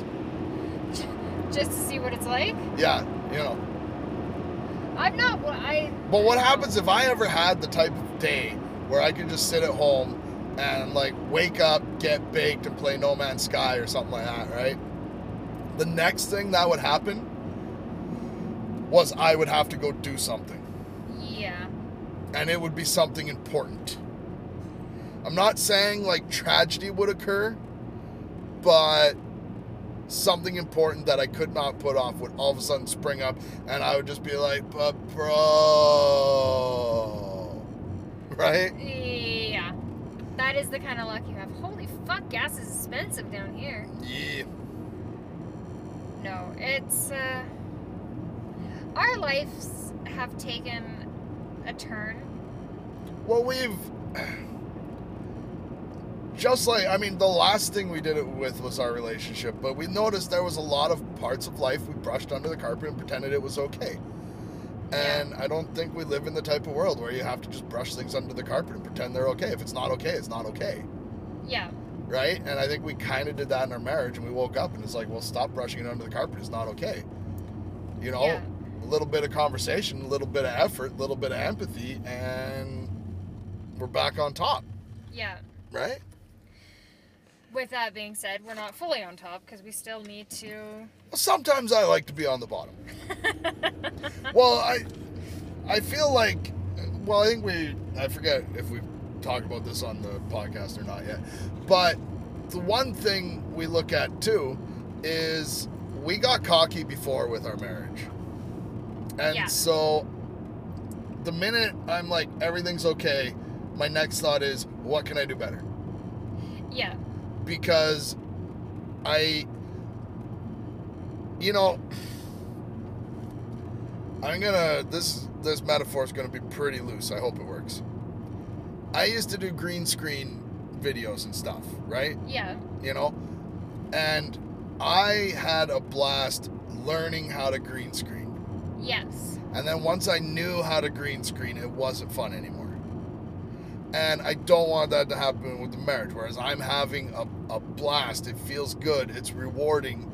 S2: Just to see what it's like.
S1: Yeah, you know.
S2: I'm not. wha- I.
S1: But what happens if I ever had the type of day where I could just sit at home and like wake up, get baked, and play No Man's Sky or something like that, right? The next thing that would happen was I would have to go do something.
S2: Yeah.
S1: and it would be something important. I'm not saying like tragedy would occur, but something important that I could not put off would all of a sudden spring up, and I would just be like, but bro, [LAUGHS] right?
S2: Yeah. That is the kind of luck you have. Holy fuck, gas is expensive down here.
S1: Yeah.
S2: No, it's uh, our lives have taken a turn.
S1: Well, we've just like I mean, the last thing we did it with was our relationship, but we noticed there was a lot of parts of life we brushed under the carpet and pretended it was okay. And I don't think we live in the type of world where you have to just brush things under the carpet and pretend they're okay. If it's not okay, it's not okay,
S2: Yeah,
S1: right? And I think we kind of did that in our marriage, and we woke up and it's like, well, stop brushing it under the carpet. It's not okay. You know,
S2: Yeah.
S1: a little bit of conversation, a little bit of effort, a little bit of empathy, and we're back on top
S2: yeah.
S1: right?
S2: With that being said, we're not fully on top because we still need to.
S1: Well, sometimes I like to be on the bottom. well, I I feel like well, I think we I forget if we talked about this on the podcast or not yet. But the one thing we look at too is we got cocky before with our marriage. And
S2: Yeah.
S1: so the minute I'm like everything's okay, my next thought is what can I do better?
S2: Yeah,
S1: because I, you know, I'm gonna this this metaphor is gonna be pretty loose. I hope it works. I used to do green screen videos and stuff, right?
S2: yeah,
S1: You know, and I had a blast learning how to green screen.
S2: yes,
S1: And then once I knew how to green screen, it wasn't fun anymore. And I don't want that to happen with the marriage, whereas I'm having a, a blast. It feels good. It's rewarding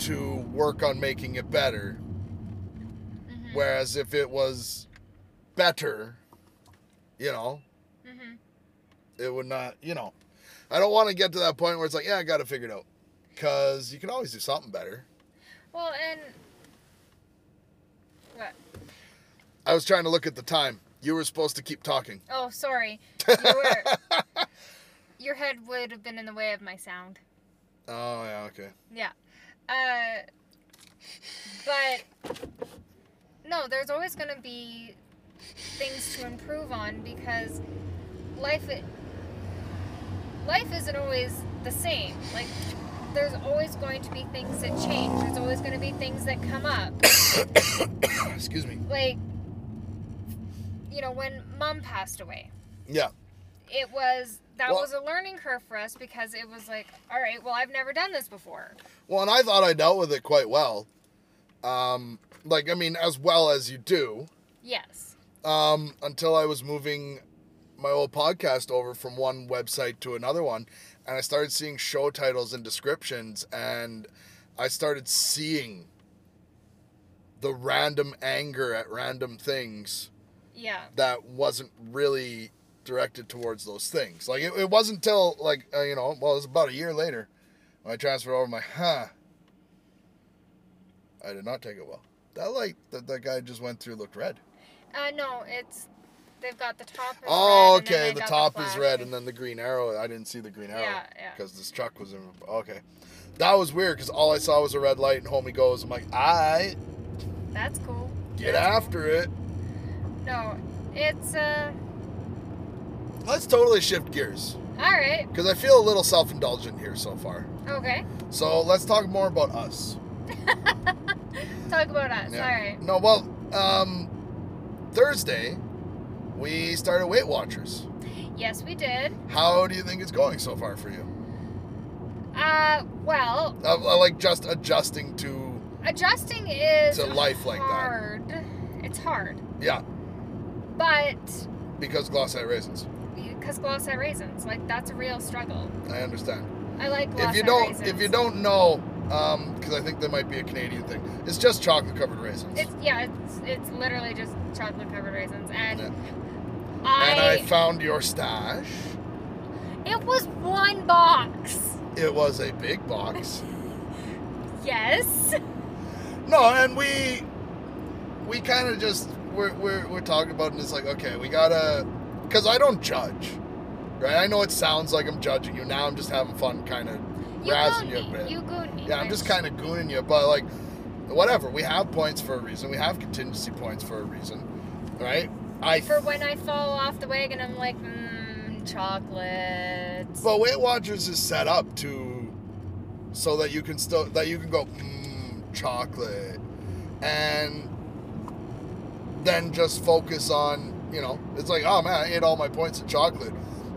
S1: to work on making it better.
S2: Mhm.
S1: Whereas if it was better, you know,
S2: hmm
S1: it would not, you know. I don't want to get to that point where it's like, yeah, I got to figure it figured out. Because you can always do something better.
S2: Well, and what?
S1: I was trying to look at the time. You were supposed to keep talking.
S2: Oh, sorry. You were. Your head would have been in the way of my sound.
S1: Oh yeah, okay.
S2: Yeah. Uh, but no, there's always going to be things to improve on because life i- life isn't always the same. Like there's always going to be things that change. There's always going to be things that come up.
S1: Excuse me.
S2: Like you know, when mom passed away,
S1: Yeah.
S2: it was that
S1: Well-
S2: was a learning curve for us because it was like, all right, well, I've never done this before.
S1: Well, and I thought I dealt with it quite well. Um, like I mean, as well as you do.
S2: Yes.
S1: um, until I was moving my old podcast over from one website to another one, and I started seeing show titles and descriptions, and I started seeing the random anger at random things
S2: Yeah.
S1: that wasn't really directed towards those things. Like it, it wasn't till like uh, you know, well, it was about a year later when I transferred over. My huh, I did not take it well. That light that that guy just went through looked red.
S2: Uh, no, it's they've got the top. Is
S1: Oh,
S2: red, and then
S1: okay.
S2: they
S1: The
S2: got
S1: top
S2: flash.
S1: is red, and then the green arrow. I didn't see the green arrow
S2: Yeah, yeah.
S1: because this truck was in. Okay, that was weird because all I saw was a red light, and homie goes, "I'm like, I
S2: That's cool.
S1: get
S2: That's
S1: after it."
S2: cool. No, it's uh,
S1: Let's totally shift gears
S2: all right.
S1: because I feel a little self-indulgent here so far.
S2: Okay,
S1: So let's talk more about us.
S2: talk about us.
S1: Yeah.
S2: All right.
S1: No, well, um, Thursday we started Weight Watchers.
S2: Yes, we did.
S1: How do you think it's going so far for you?
S2: Uh, well,
S1: I, I like just adjusting to
S2: adjusting is
S1: To life like that.
S2: hard. It's hard,
S1: yeah
S2: but
S1: because glossite raisins.
S2: because glossite raisins, like that's a real struggle.
S1: I understand.
S2: I like glossite
S1: if you don't
S2: raisins.
S1: if you don't know because i think that might be a canadian thing it's just chocolate covered raisins
S2: It's yeah, it's it's literally just chocolate covered raisins, and
S1: Yeah.
S2: I,
S1: and i found your stash
S2: it was one box.
S1: it was a big
S2: [LAUGHS]
S1: box
S2: Yes.
S1: no and we we kind of just we're, we're, we're talking about it and it's like okay we gotta because i don't judge right i know it sounds like i'm judging you now i'm just having fun kind of
S2: You
S1: razzing
S2: goon
S1: you a
S2: me.
S1: bit
S2: You goon me.
S1: yeah i'm just kind of gooning you but like whatever we have points for a reason we have contingency points for a reason right i
S2: For when I fall off the wagon, I'm like, mmm, chocolate.
S1: But Weight Watchers is set up to so that you can still that you can go mmm, chocolate and then just focus on you know it's like oh man I ate all my points of chocolate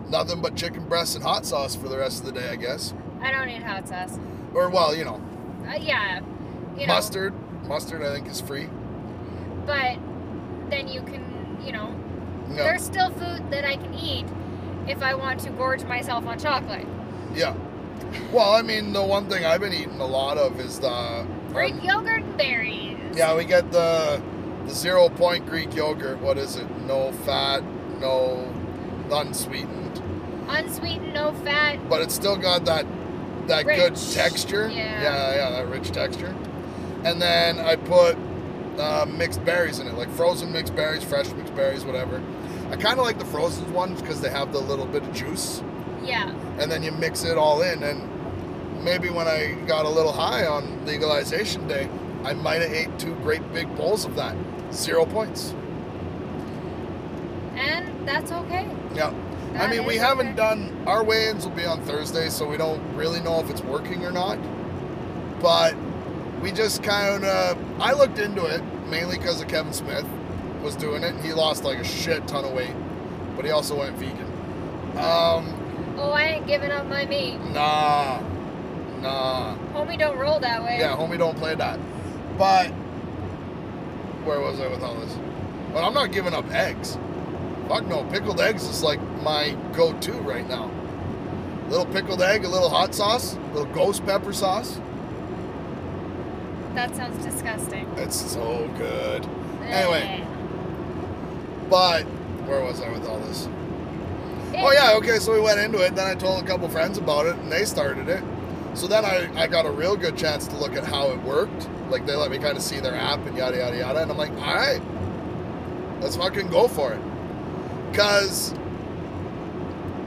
S1: nothing but chicken breasts and hot sauce for the rest of the day I guess
S2: I don't need hot sauce.
S1: or well you know,
S2: Uh, yeah. You know,
S1: mustard mustard I think is free
S2: But then you can, you know,
S1: no
S2: there's still food that I can eat if I want to gorge myself on chocolate.
S1: yeah well I mean the one thing I've been eating a lot of is the
S2: Greek yogurt and berries.
S1: Yeah, we get the the zero point Greek yogurt. What is it? No fat, no unsweetened,
S2: Unsweetened, no fat.
S1: but it's still got that that good
S2: Rich.
S1: texture.
S2: Yeah.
S1: yeah, yeah, that rich texture. And then I put uh, mixed berries in it, like frozen mixed berries, fresh mixed berries, whatever. I kind of like the frozen ones because they have the little bit of juice,
S2: Yeah.
S1: and then you mix it all in. And maybe when I got a little high on legalization day, I might have ate two great big bowls of that. Zero points.
S2: And that's okay.
S1: Yeah. I
S2: That
S1: mean, we
S2: is
S1: haven't
S2: okay.
S1: done our weigh-ins will be on Thursday, so we don't really know if it's working or not. But we just kind of I looked into it mainly because of Kevin Smith was doing it. He lost like a shit ton of weight, but he also went vegan. Um,
S2: Oh, I ain't giving up my meat.
S1: nah, nah.
S2: Homie, don't roll that way.
S1: Yeah, homie, don't play that. But where was I with all this? But I'm not giving up eggs. Fuck no, pickled eggs is like my go-to right now. Little pickled egg, a little hot sauce, a little ghost pepper sauce.
S2: That sounds disgusting.
S1: It's so good. Anyway. But where was I with all this?
S2: Eh.
S1: Oh yeah, okay. So we went into it. Then I told a couple friends about it, and they started it. So then I, I got a real good chance to look at how it worked. Like they let me kind of see their app and yada yada yada, and I'm like, all right, let's fucking go for it. Because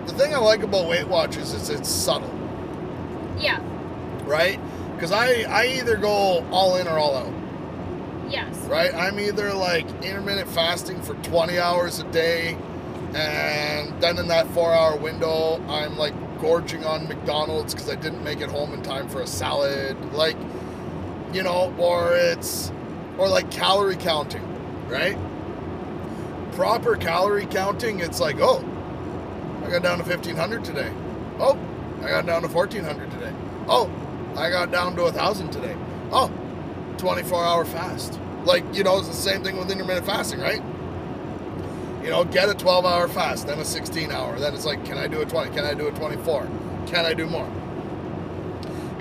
S1: the thing I like about Weight Watchers is it's subtle,
S2: Yeah.
S1: right? Because I, I either go all in or all out,
S2: Yes.
S1: right? I'm either like intermittent fasting for 20 hours a day, and then in that four hour window, I'm like gorging on McDonald's because I didn't make it home in time for a salad. Like, you know, or it's, or like calorie counting, right? Proper calorie counting, it's like, oh, I got down to 1500 today. Oh, I got down to 1400 today. Oh, I got down to 1000 today. Oh, 24 hour fast. Like, you know, it's the same thing with intermittent fasting, right? You know, get a 12 hour fast, then a 16 hour. Then it's like, can I do a 20? Can I do a 24? Can I do more?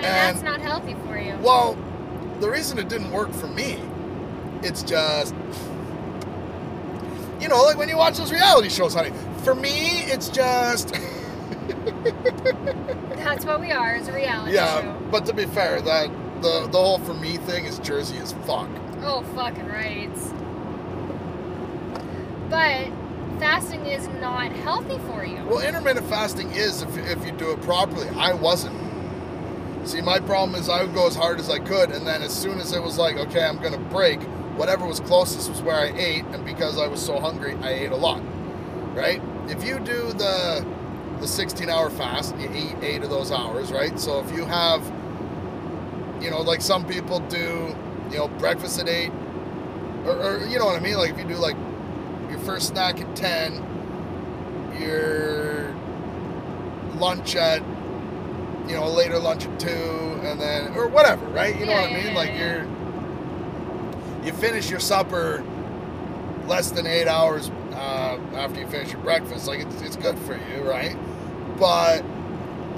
S2: And, that's not healthy for you.
S1: Well, the reason it didn't work for me, it's just, you know, like when you watch those reality shows, honey. For me, it's just,
S2: That's what we are as a reality
S1: yeah.
S2: show.
S1: But to be fair, that the the whole for me thing is Jersey as fuck.
S2: Oh, fucking rights. But fasting is not healthy for you.
S1: Well, intermittent fasting is if, if you do it properly. I wasn't. See, my problem is I would go as hard as I could, and then as soon as it was like, okay, I'm gonna break, whatever was closest was where I ate, and because I was so hungry, I ate a lot. Right? If you do the the 16 hour fast, you eat eight of those hours, right? So if you have, you know, like some people do, you know, breakfast at eight, or, or you know what I mean? Like if you do like your first snack at 10, your lunch at you know later lunch at two and then or whatever right you know
S2: Yeah,
S1: what i
S2: yeah,
S1: mean
S2: yeah,
S1: like
S2: yeah.
S1: you're you finish your supper less than eight hours uh, after you finish your breakfast like it's, it's good for you right but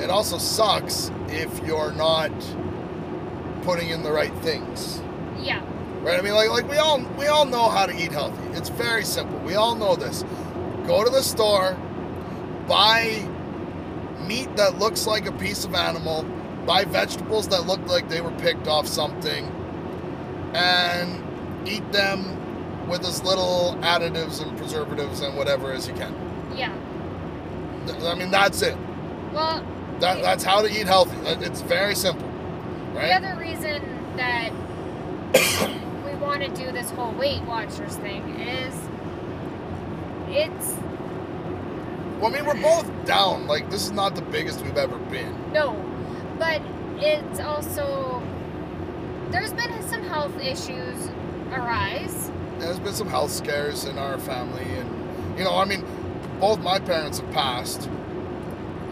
S1: it also sucks if you're not putting in the right things
S2: Yeah.
S1: Right? I mean, like, like we all we all know how to eat healthy. It's very simple. We all know this. Go to the store, buy meat that looks like a piece of animal, buy vegetables that look like they were picked off something, and eat them with as little additives and preservatives and whatever as you can.
S2: Yeah.
S1: Th- I mean, that's it.
S2: Well,
S1: That, that's how to eat healthy. That- It's very simple,
S2: The
S1: right?
S2: other reason that [COUGHS] we want to do this whole Weight Watchers thing is it's
S1: Well, I mean, we're both down. Like, this is not the biggest we've ever been.
S2: no, but it's also there's been some health issues arise.
S1: there's been some health scares in our family and you know i mean both my parents have passed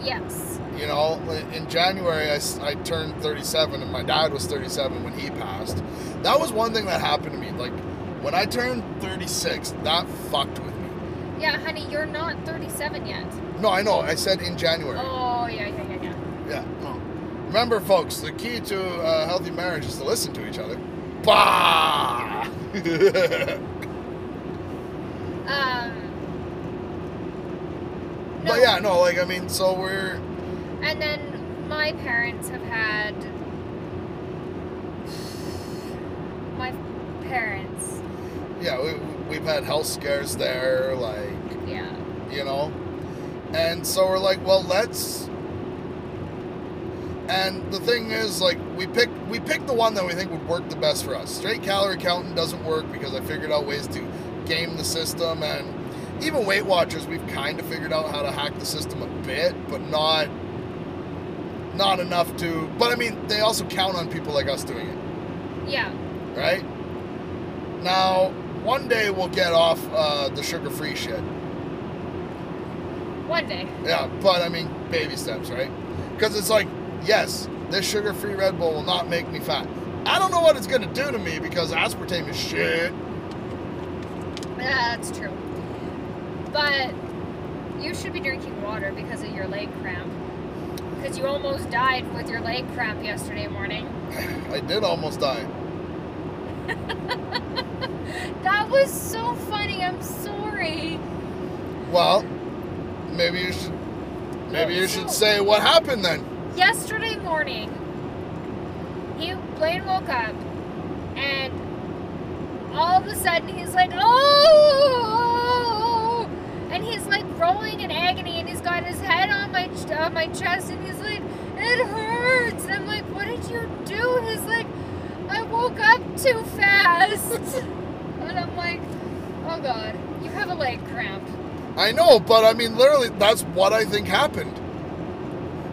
S2: Yes.
S1: you know in january I, s- I turned 37 and my dad was 37 when he passed that was one thing that happened to me like when i turned 36 that fucked with me
S2: Yeah, honey, you're not 37 yet.
S1: no i know i said in january
S2: Oh, yeah, yeah, yeah, yeah.
S1: yeah no. remember folks the key to a healthy marriage is to listen to each other bah [LAUGHS]
S2: Um, no,
S1: but yeah no like i mean so we're
S2: And then my parents have had [SIGHS] my parents.
S1: yeah we, we've had health scares there like
S2: Yeah.
S1: you know? And so we're like, well, let's. And the thing is, like, we pick we picked the one that we think would work the best for us. Straight calorie counting doesn't work because I figured out ways to game the system, and even Weight Watchers, we've kind of figured out how to hack the system a bit, but not not enough to. But I mean, they also count on people like us doing it
S2: Yeah.
S1: right? Now, one day we'll get off uh, the sugar-free shit.
S2: One day.
S1: Yeah, but I mean, baby steps, right? Because it's like, yes, this sugar-free Red Bull will not make me fat. I don't know what it's gonna do to me because aspartame is shit. [LAUGHS]
S2: That's true. But you should be drinking water because of your leg cramp. Because you almost died with your leg cramp yesterday morning.
S1: I did almost die.
S2: That was so funny. I'm sorry.
S1: Well, maybe you should, maybe you should say what happened then.
S2: yesterday morning, he Blaine woke up, and all of a sudden he's like, "Oh!" and he's rolling in agony, and he's got his head on my ch- on my chest, and he's like, "It hurts," and I'm like, "What did you do?" And he's like, "I woke up too fast," [LAUGHS] and I'm like, "Oh God, you have a leg cramp."
S1: I know, but I mean, literally, that's what I think happened.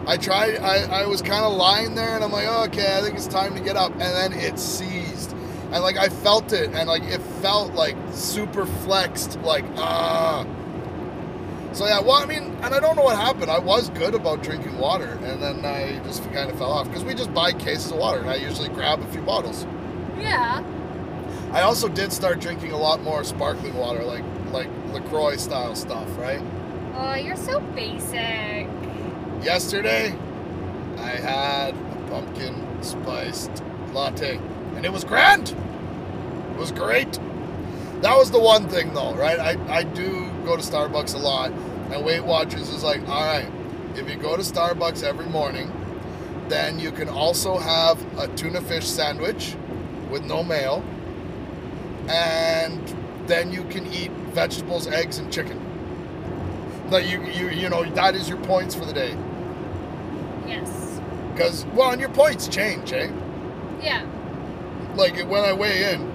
S1: I tried, I, I was kind of lying there and I'm like, oh, okay, I think it's time to get up. And then it seized. And like, I felt it and like, it felt like super flexed, like, ah. So yeah, well, I mean, and I don't know what happened. I was good about drinking water and then I just kind of fell off because we just buy cases of water and I usually grab a few bottles.
S2: Yeah.
S1: I also did start drinking a lot more sparkling water, like, like LaCroix style stuff, right?
S2: Oh, you're so basic.
S1: Yesterday, I had a pumpkin spiced latte, and it was grand. It was great. That was the one thing, though, right? I, I do go to Starbucks a lot, and Weight Watchers is like, all right, if you go to Starbucks every morning, then you can also have a tuna fish sandwich with no mayo, and then you can eat vegetables, eggs, and chicken. Like you, you, you know, that is your points for the day.
S2: Yes.
S1: Because, well, and your points change, eh?
S2: Yeah.
S1: Like when I weigh in,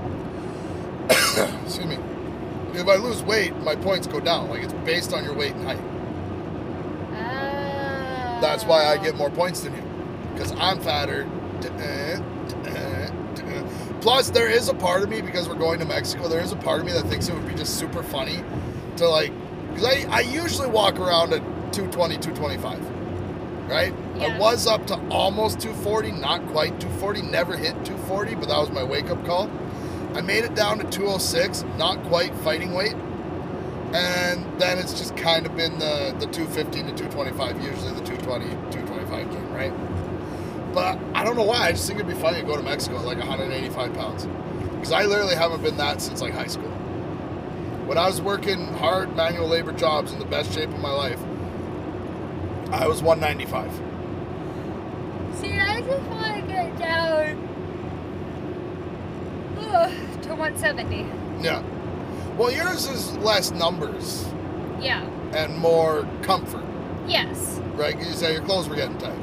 S1: [COUGHS] excuse me, if I lose weight, my points go down. Like it's based on your weight and height.
S2: Uh,
S1: That's why I get more points than you. Because I'm fatter. Duh-uh, duh-uh, duh-uh. Plus, there is a part of me, because we're going to Mexico, there is a part of me that thinks it would be just super funny to like, because I, I usually walk around at 220, 225. Right? I
S2: Yeah.
S1: was up to almost 240, not quite 240, never hit 240, but that was my wake up call. I made it down to 206, not quite fighting weight. And then it's just kind of been the, the 215 to 225, usually the 220, 225 game, right? But I don't know why. I just think it'd be funny to go to Mexico at like 185 pounds. Because I literally haven't been that since like high school. When I was working hard manual labor jobs in the best shape of my life, I was 195.
S2: See, I just want to get down ugh, to 170.
S1: Yeah. Well, yours is less numbers
S2: Yeah.
S1: and more comfort,
S2: Yes.
S1: right? 'Cause You say your clothes were getting tight.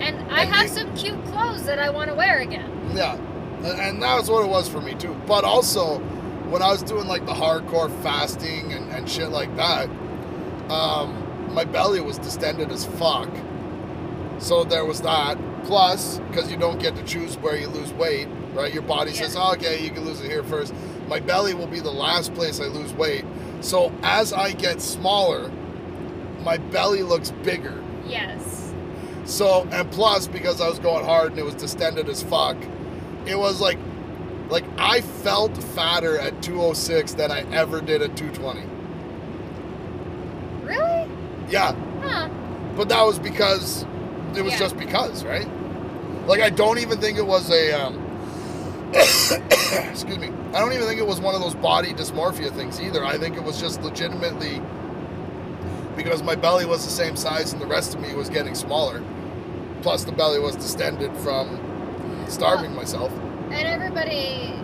S2: And I
S1: And
S2: have
S1: you-
S2: some cute clothes that I want to wear again.
S1: Yeah, A- and that was what it was for me too. But also, when I was doing like the hardcore fasting and, and shit like that, um, my belly was distended as fuck. So there was that. Plus, because you don't get to choose where you lose weight, right? Your body says,
S2: Yeah.
S1: okay, you can lose it here first. My belly will be the last place I lose weight. So as I get smaller, my belly looks bigger.
S2: Yes.
S1: So and plus because I was going hard and it was distended as fuck, it was like like I felt fatter at 206 than I ever did at 220.
S2: Really?
S1: Yeah,
S2: Huh.
S1: but that was because it was
S2: Yeah.
S1: just because, right? Like I don't even think it was a um [COUGHS] excuse me. I don't even think it was one of those body dysmorphia things either. I think it was just legitimately because my belly was the same size and the rest of me was getting smaller. Plus the belly was distended from starving myself.
S2: And everybody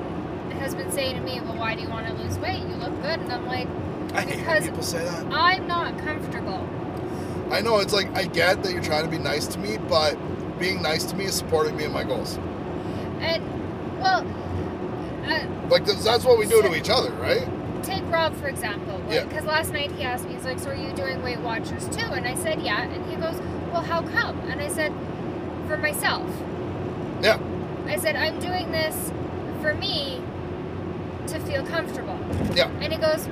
S2: has been saying to me, well, why do you want to lose weight? You look good. And I'm like,
S1: I hate when
S2: Because-
S1: people say that.
S2: I'm not comfortable.
S1: I know it's like I get that you're trying to be nice to me, but being nice to me is supporting me in my goals.
S2: And, well, uh,
S1: Like that's that's what we do to each other, right?
S2: take Rob for example.
S1: Yeah.
S2: Because last night he asked me, he's like, "So are you doing Weight Watchers too?" And I said, "Yeah." And he goes, "Well, how come?" And I said, "For myself."
S1: Yeah.
S2: I said, "I'm doing this for me to feel comfortable."
S1: Yeah.
S2: And he goes,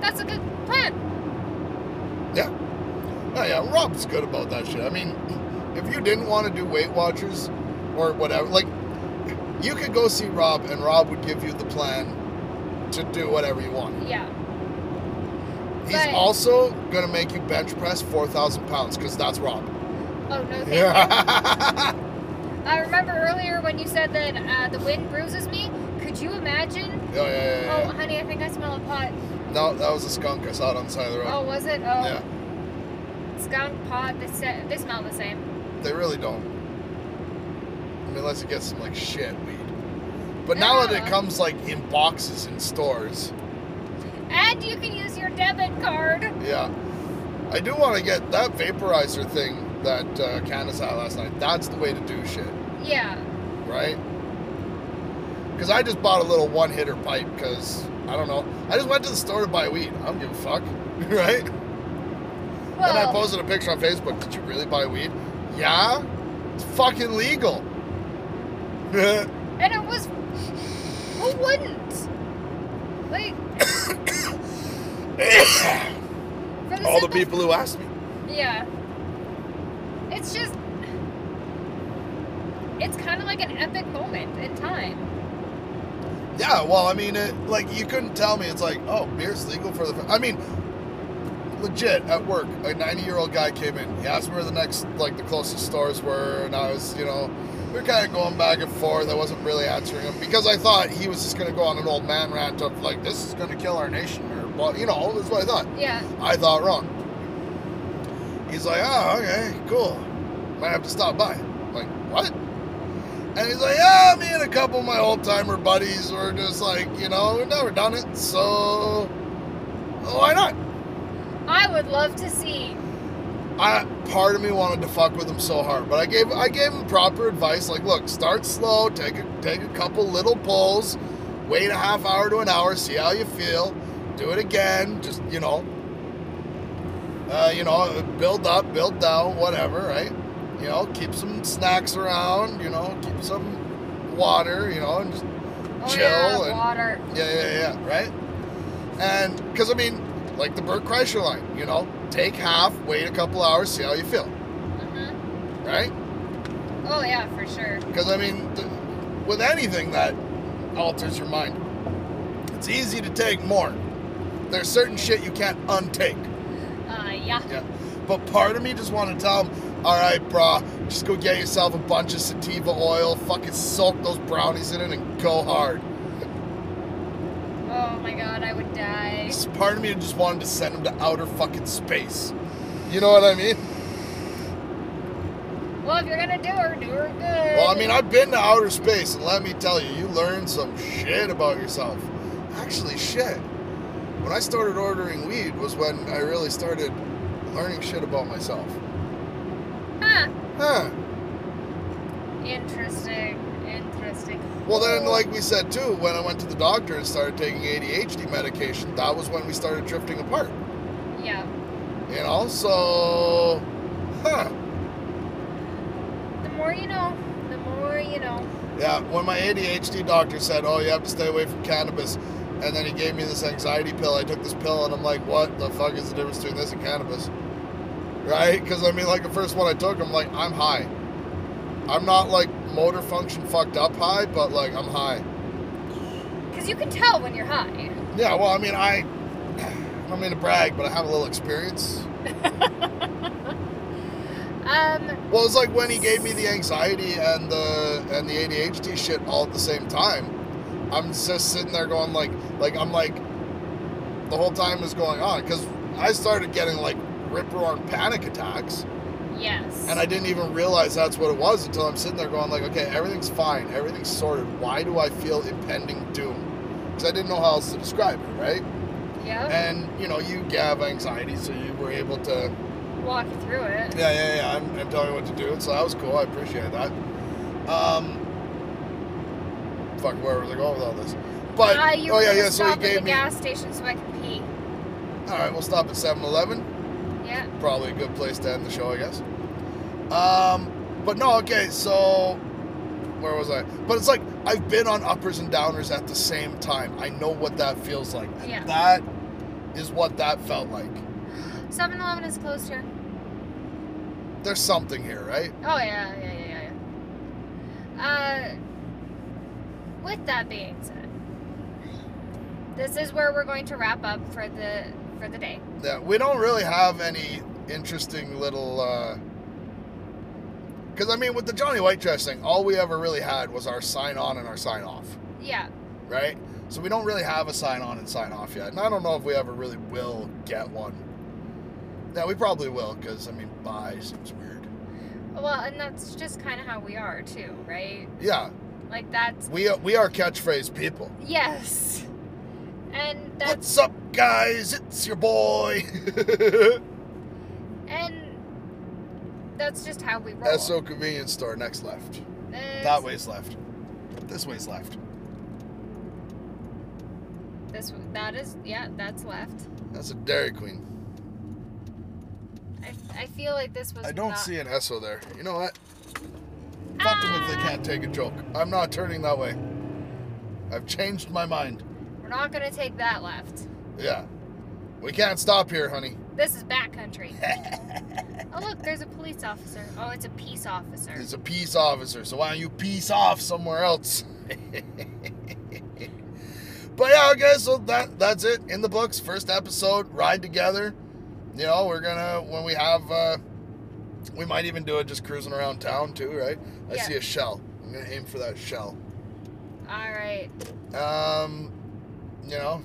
S2: "That's a good plan."
S1: Yeah. Oh, yeah, Rob's good about that shit. I mean, if you didn't want to do Weight Watchers or whatever, like, you could go see Rob and Rob would give you the plan to do whatever you want.
S2: Yeah.
S1: He's
S2: Right.
S1: also going to make you bench press 4,000 pounds because that's
S2: [LAUGHS]
S1: Rob.
S2: Oh no. Thank you.
S1: Yeah.
S2: I remember earlier when you said that uh, the wind bruises me. Could you imagine?
S1: oh, yeah, yeah,
S2: Oh,
S1: yeah.
S2: honey, I think I smell a pot.
S1: No, that was a skunk I saw it on the side of the
S2: Oh,
S1: road.
S2: was it? Oh,
S1: Yeah,
S2: skunk pot. They, se- they smell the same.
S1: they really don't. I mean, unless it gets some, like, shit weed. But now that
S2: Yeah.
S1: it comes, like, in boxes in stores,
S2: And you can use your debit card.
S1: Yeah. I do want to get that vaporizer thing that uh, Candace had last night. That's the way to do shit,
S2: Yeah.
S1: right? Because I just bought a little one hitter pipe because I don't know. I just went to the store to buy weed. I don't give a fuck, [LAUGHS] right?
S2: Well,
S1: and I posted a picture on Facebook. Did you really buy weed? Yeah. It's fucking legal. [LAUGHS]
S2: and it was. Who wouldn't? Like, for the
S1: All the
S2: simple-
S1: people who asked me.
S2: Yeah. It's just. It's kind of like an epic moment in time.
S1: Yeah, well, I mean, it, like you couldn't tell me. It's like, oh, beer's legal for the. fir- I mean, legit at work, a ninety-year-old guy came in. He asked me where the next, like, the closest stores were, and I was, you know, we were kind of going back and forth. I wasn't really answering him because I thought he was just gonna go on an old man rant of like, this is gonna kill our nation, or well, you know, that's what I thought.
S2: Yeah.
S1: I thought wrong. He's like, oh, okay, cool. Might have to stop by. I'm like, what? And he's like, yeah, me and a couple of my old timer buddies were just like, you know, we've never done it, so why not?
S2: I would love to see.
S1: I part of me wanted to fuck with him so hard, but I gave I gave him proper advice. Like, look, start slow, take a, take a couple little pulls, wait a half hour to an hour, see how you feel, do it again. Just you know, uh, you know, build up, build down, whatever, right? You know, keep some snacks around. You know, keep some water. You know, and just
S2: Oh,
S1: Chill
S2: yeah,
S1: and-
S2: water.
S1: yeah, yeah, yeah, right? And because I mean, like the Bert Kreischer line, you know, take half, wait a couple hours, see how you feel,
S2: hmm
S1: right?
S2: Oh, yeah, for sure.
S1: Because I mean, th- with anything that alters your mind, it's easy to take more. There's certain shit you can't untake.
S2: Uh, yeah.
S1: Yeah. But part of me just want to tell him, all right, brah, just go get yourself a bunch of sativa oil, fucking soak those brownies in it, and go hard.
S2: Oh my god, I would die.
S1: Just part of me just wanted to send him to outer fucking space. You know what I mean?
S2: Well, if you're gonna do her, do her good.
S1: Well, I mean, I've been to outer space, and let me tell you, you learn some shit about yourself. Actually, shit. When I started ordering weed was when I really started learning shit about myself.
S2: Huh.
S1: Huh.
S2: Interesting. Interesting.
S1: Well, then, like we said too, when I went to the doctor and started taking ADHD medication, that was when we started drifting apart.
S2: Yeah.
S1: You know, so. Huh.
S2: The more you know, the more you know.
S1: Yeah, when my ADHD doctor said, "Oh, you have to stay away from cannabis," and then he gave me this anxiety pill. I took this pill, and I'm like, "What the fuck is the difference between this and cannabis?" Right? Because I mean, like the first one I took, I'm like, "I'm high." I'm not like motor function fucked up high, but like I'm high.
S2: Because you can tell when you're high.
S1: Yeah, well, I mean, I, [CLEARS THROAT] I don't mean to brag, but I have a little experience.
S2: Um,
S1: Well, it's like when he gave me the anxiety and the and the ADHD shit all at the same time. I'm just sitting there going like like I'm like the whole time is going on because I started getting like rip roaring panic attacks
S2: yes.
S1: and I didn't even realize that's what it was until I'm sitting there going like okay everything's fine everything's sorted why do I feel impending doom because I didn't know how else to describe it right
S2: Yeah.
S1: and you know you have anxiety so you were able to
S2: Walk you through it.
S1: yeah, yeah, yeah. I'm, I'm telling you what to do. So that was cool. I appreciate that. Um, fuck, where was I going with all this? But
S2: Ah, you
S1: oh yeah,
S2: were gonna
S1: yeah. So he
S2: stop at
S1: gave
S2: the
S1: me.
S2: gas station so I can pee.
S1: All right, we'll stop at 7-Eleven.
S2: Yeah.
S1: Probably a good place to end the show, I guess. Um, but no, okay. So where was I? But it's like I've been on uppers and downers at the same time. I know what that feels like. And
S2: Yeah.
S1: That is what that felt like.
S2: 7 Eleven is closed here.
S1: There's something here, right?
S2: Oh, yeah, yeah, yeah, yeah, yeah. Uh, with that being said, this is where we're going to wrap up for the for the day.
S1: Yeah, we don't really have any interesting little. uh Because I mean, with the Johnny White trash thing, all we ever really had was our sign on and our sign off,
S2: Yeah.
S1: right? So we don't really have a sign on and sign off yet, and I don't know if we ever really will get one. Yeah, we probably will, because I mean, bye seems weird.
S2: Well, and that's just kind of how we are too, right?
S1: Yeah, uh,
S2: Like that's
S1: we are, we are catchphrase people.
S2: yes. And that's
S1: What's up, guys, it's your boy. [LAUGHS]
S2: And that's just how we roll.
S1: SO convenience store, next left.
S2: This-
S1: That way's left. This way's left.
S2: This that is yeah, that's left.
S1: That's a Dairy Queen.
S2: I, I feel like this was.
S1: I don't
S2: not-
S1: see an SO there. You know what? Fuck them if they
S2: Ah!
S1: can't take a joke. I'm not turning that way. I've changed my mind.
S2: We're not gonna take that left.
S1: Yeah. We can't stop here, honey.
S2: This
S1: [LAUGHS]
S2: is backcountry. oh look, there's a police officer. Oh, it's a peace officer.
S1: He's a peace officer, so why don't you peace off somewhere else? [LAUGHS] but yeah, guys, so that that's it in the books. First episode, ride together. You know, we're gonna when we have uh we might even do it just cruising around town too, right? I
S2: Yeah.
S1: see a shell. I'm gonna aim for that shell.
S2: All right,
S1: Um you know,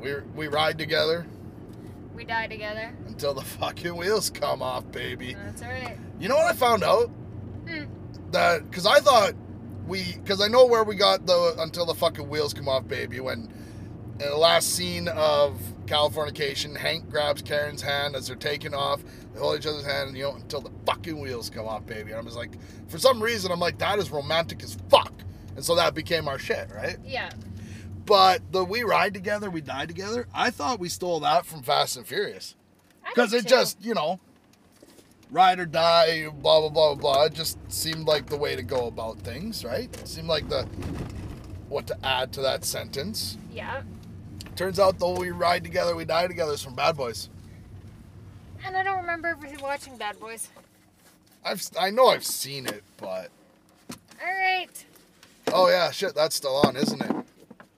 S1: we we ride together
S2: we die together.
S1: until the [LAUGHS] fucking wheels come off, baby.
S2: That's all right.
S1: You know what I found out?
S2: Hmm.
S1: That because I thought we because I know where we got the until the fucking wheels come off, baby. When in the last scene of Californication, Hank grabs Karen's hand as they're taking off. They hold each other's hand, and you know until the fucking wheels come off, baby. And I'm just like, for some reason, I'm like that is romantic as fuck, and so that became our shit, right?
S2: Yeah,
S1: But the we ride together, we die together. I thought we stole that from Fast and Furious
S2: I did
S1: because it
S2: too.
S1: just you know ride or die blah blah blah blah blah it just seemed like the way to go about things right seemed like the what to add to that sentence
S2: yeah.
S1: turns out though we ride together we die together is from bad boys
S2: And I don't remember ever watching Bad Boys.
S1: i've i know i've seen it but
S2: All right.
S1: oh yeah shit that's still on isn't it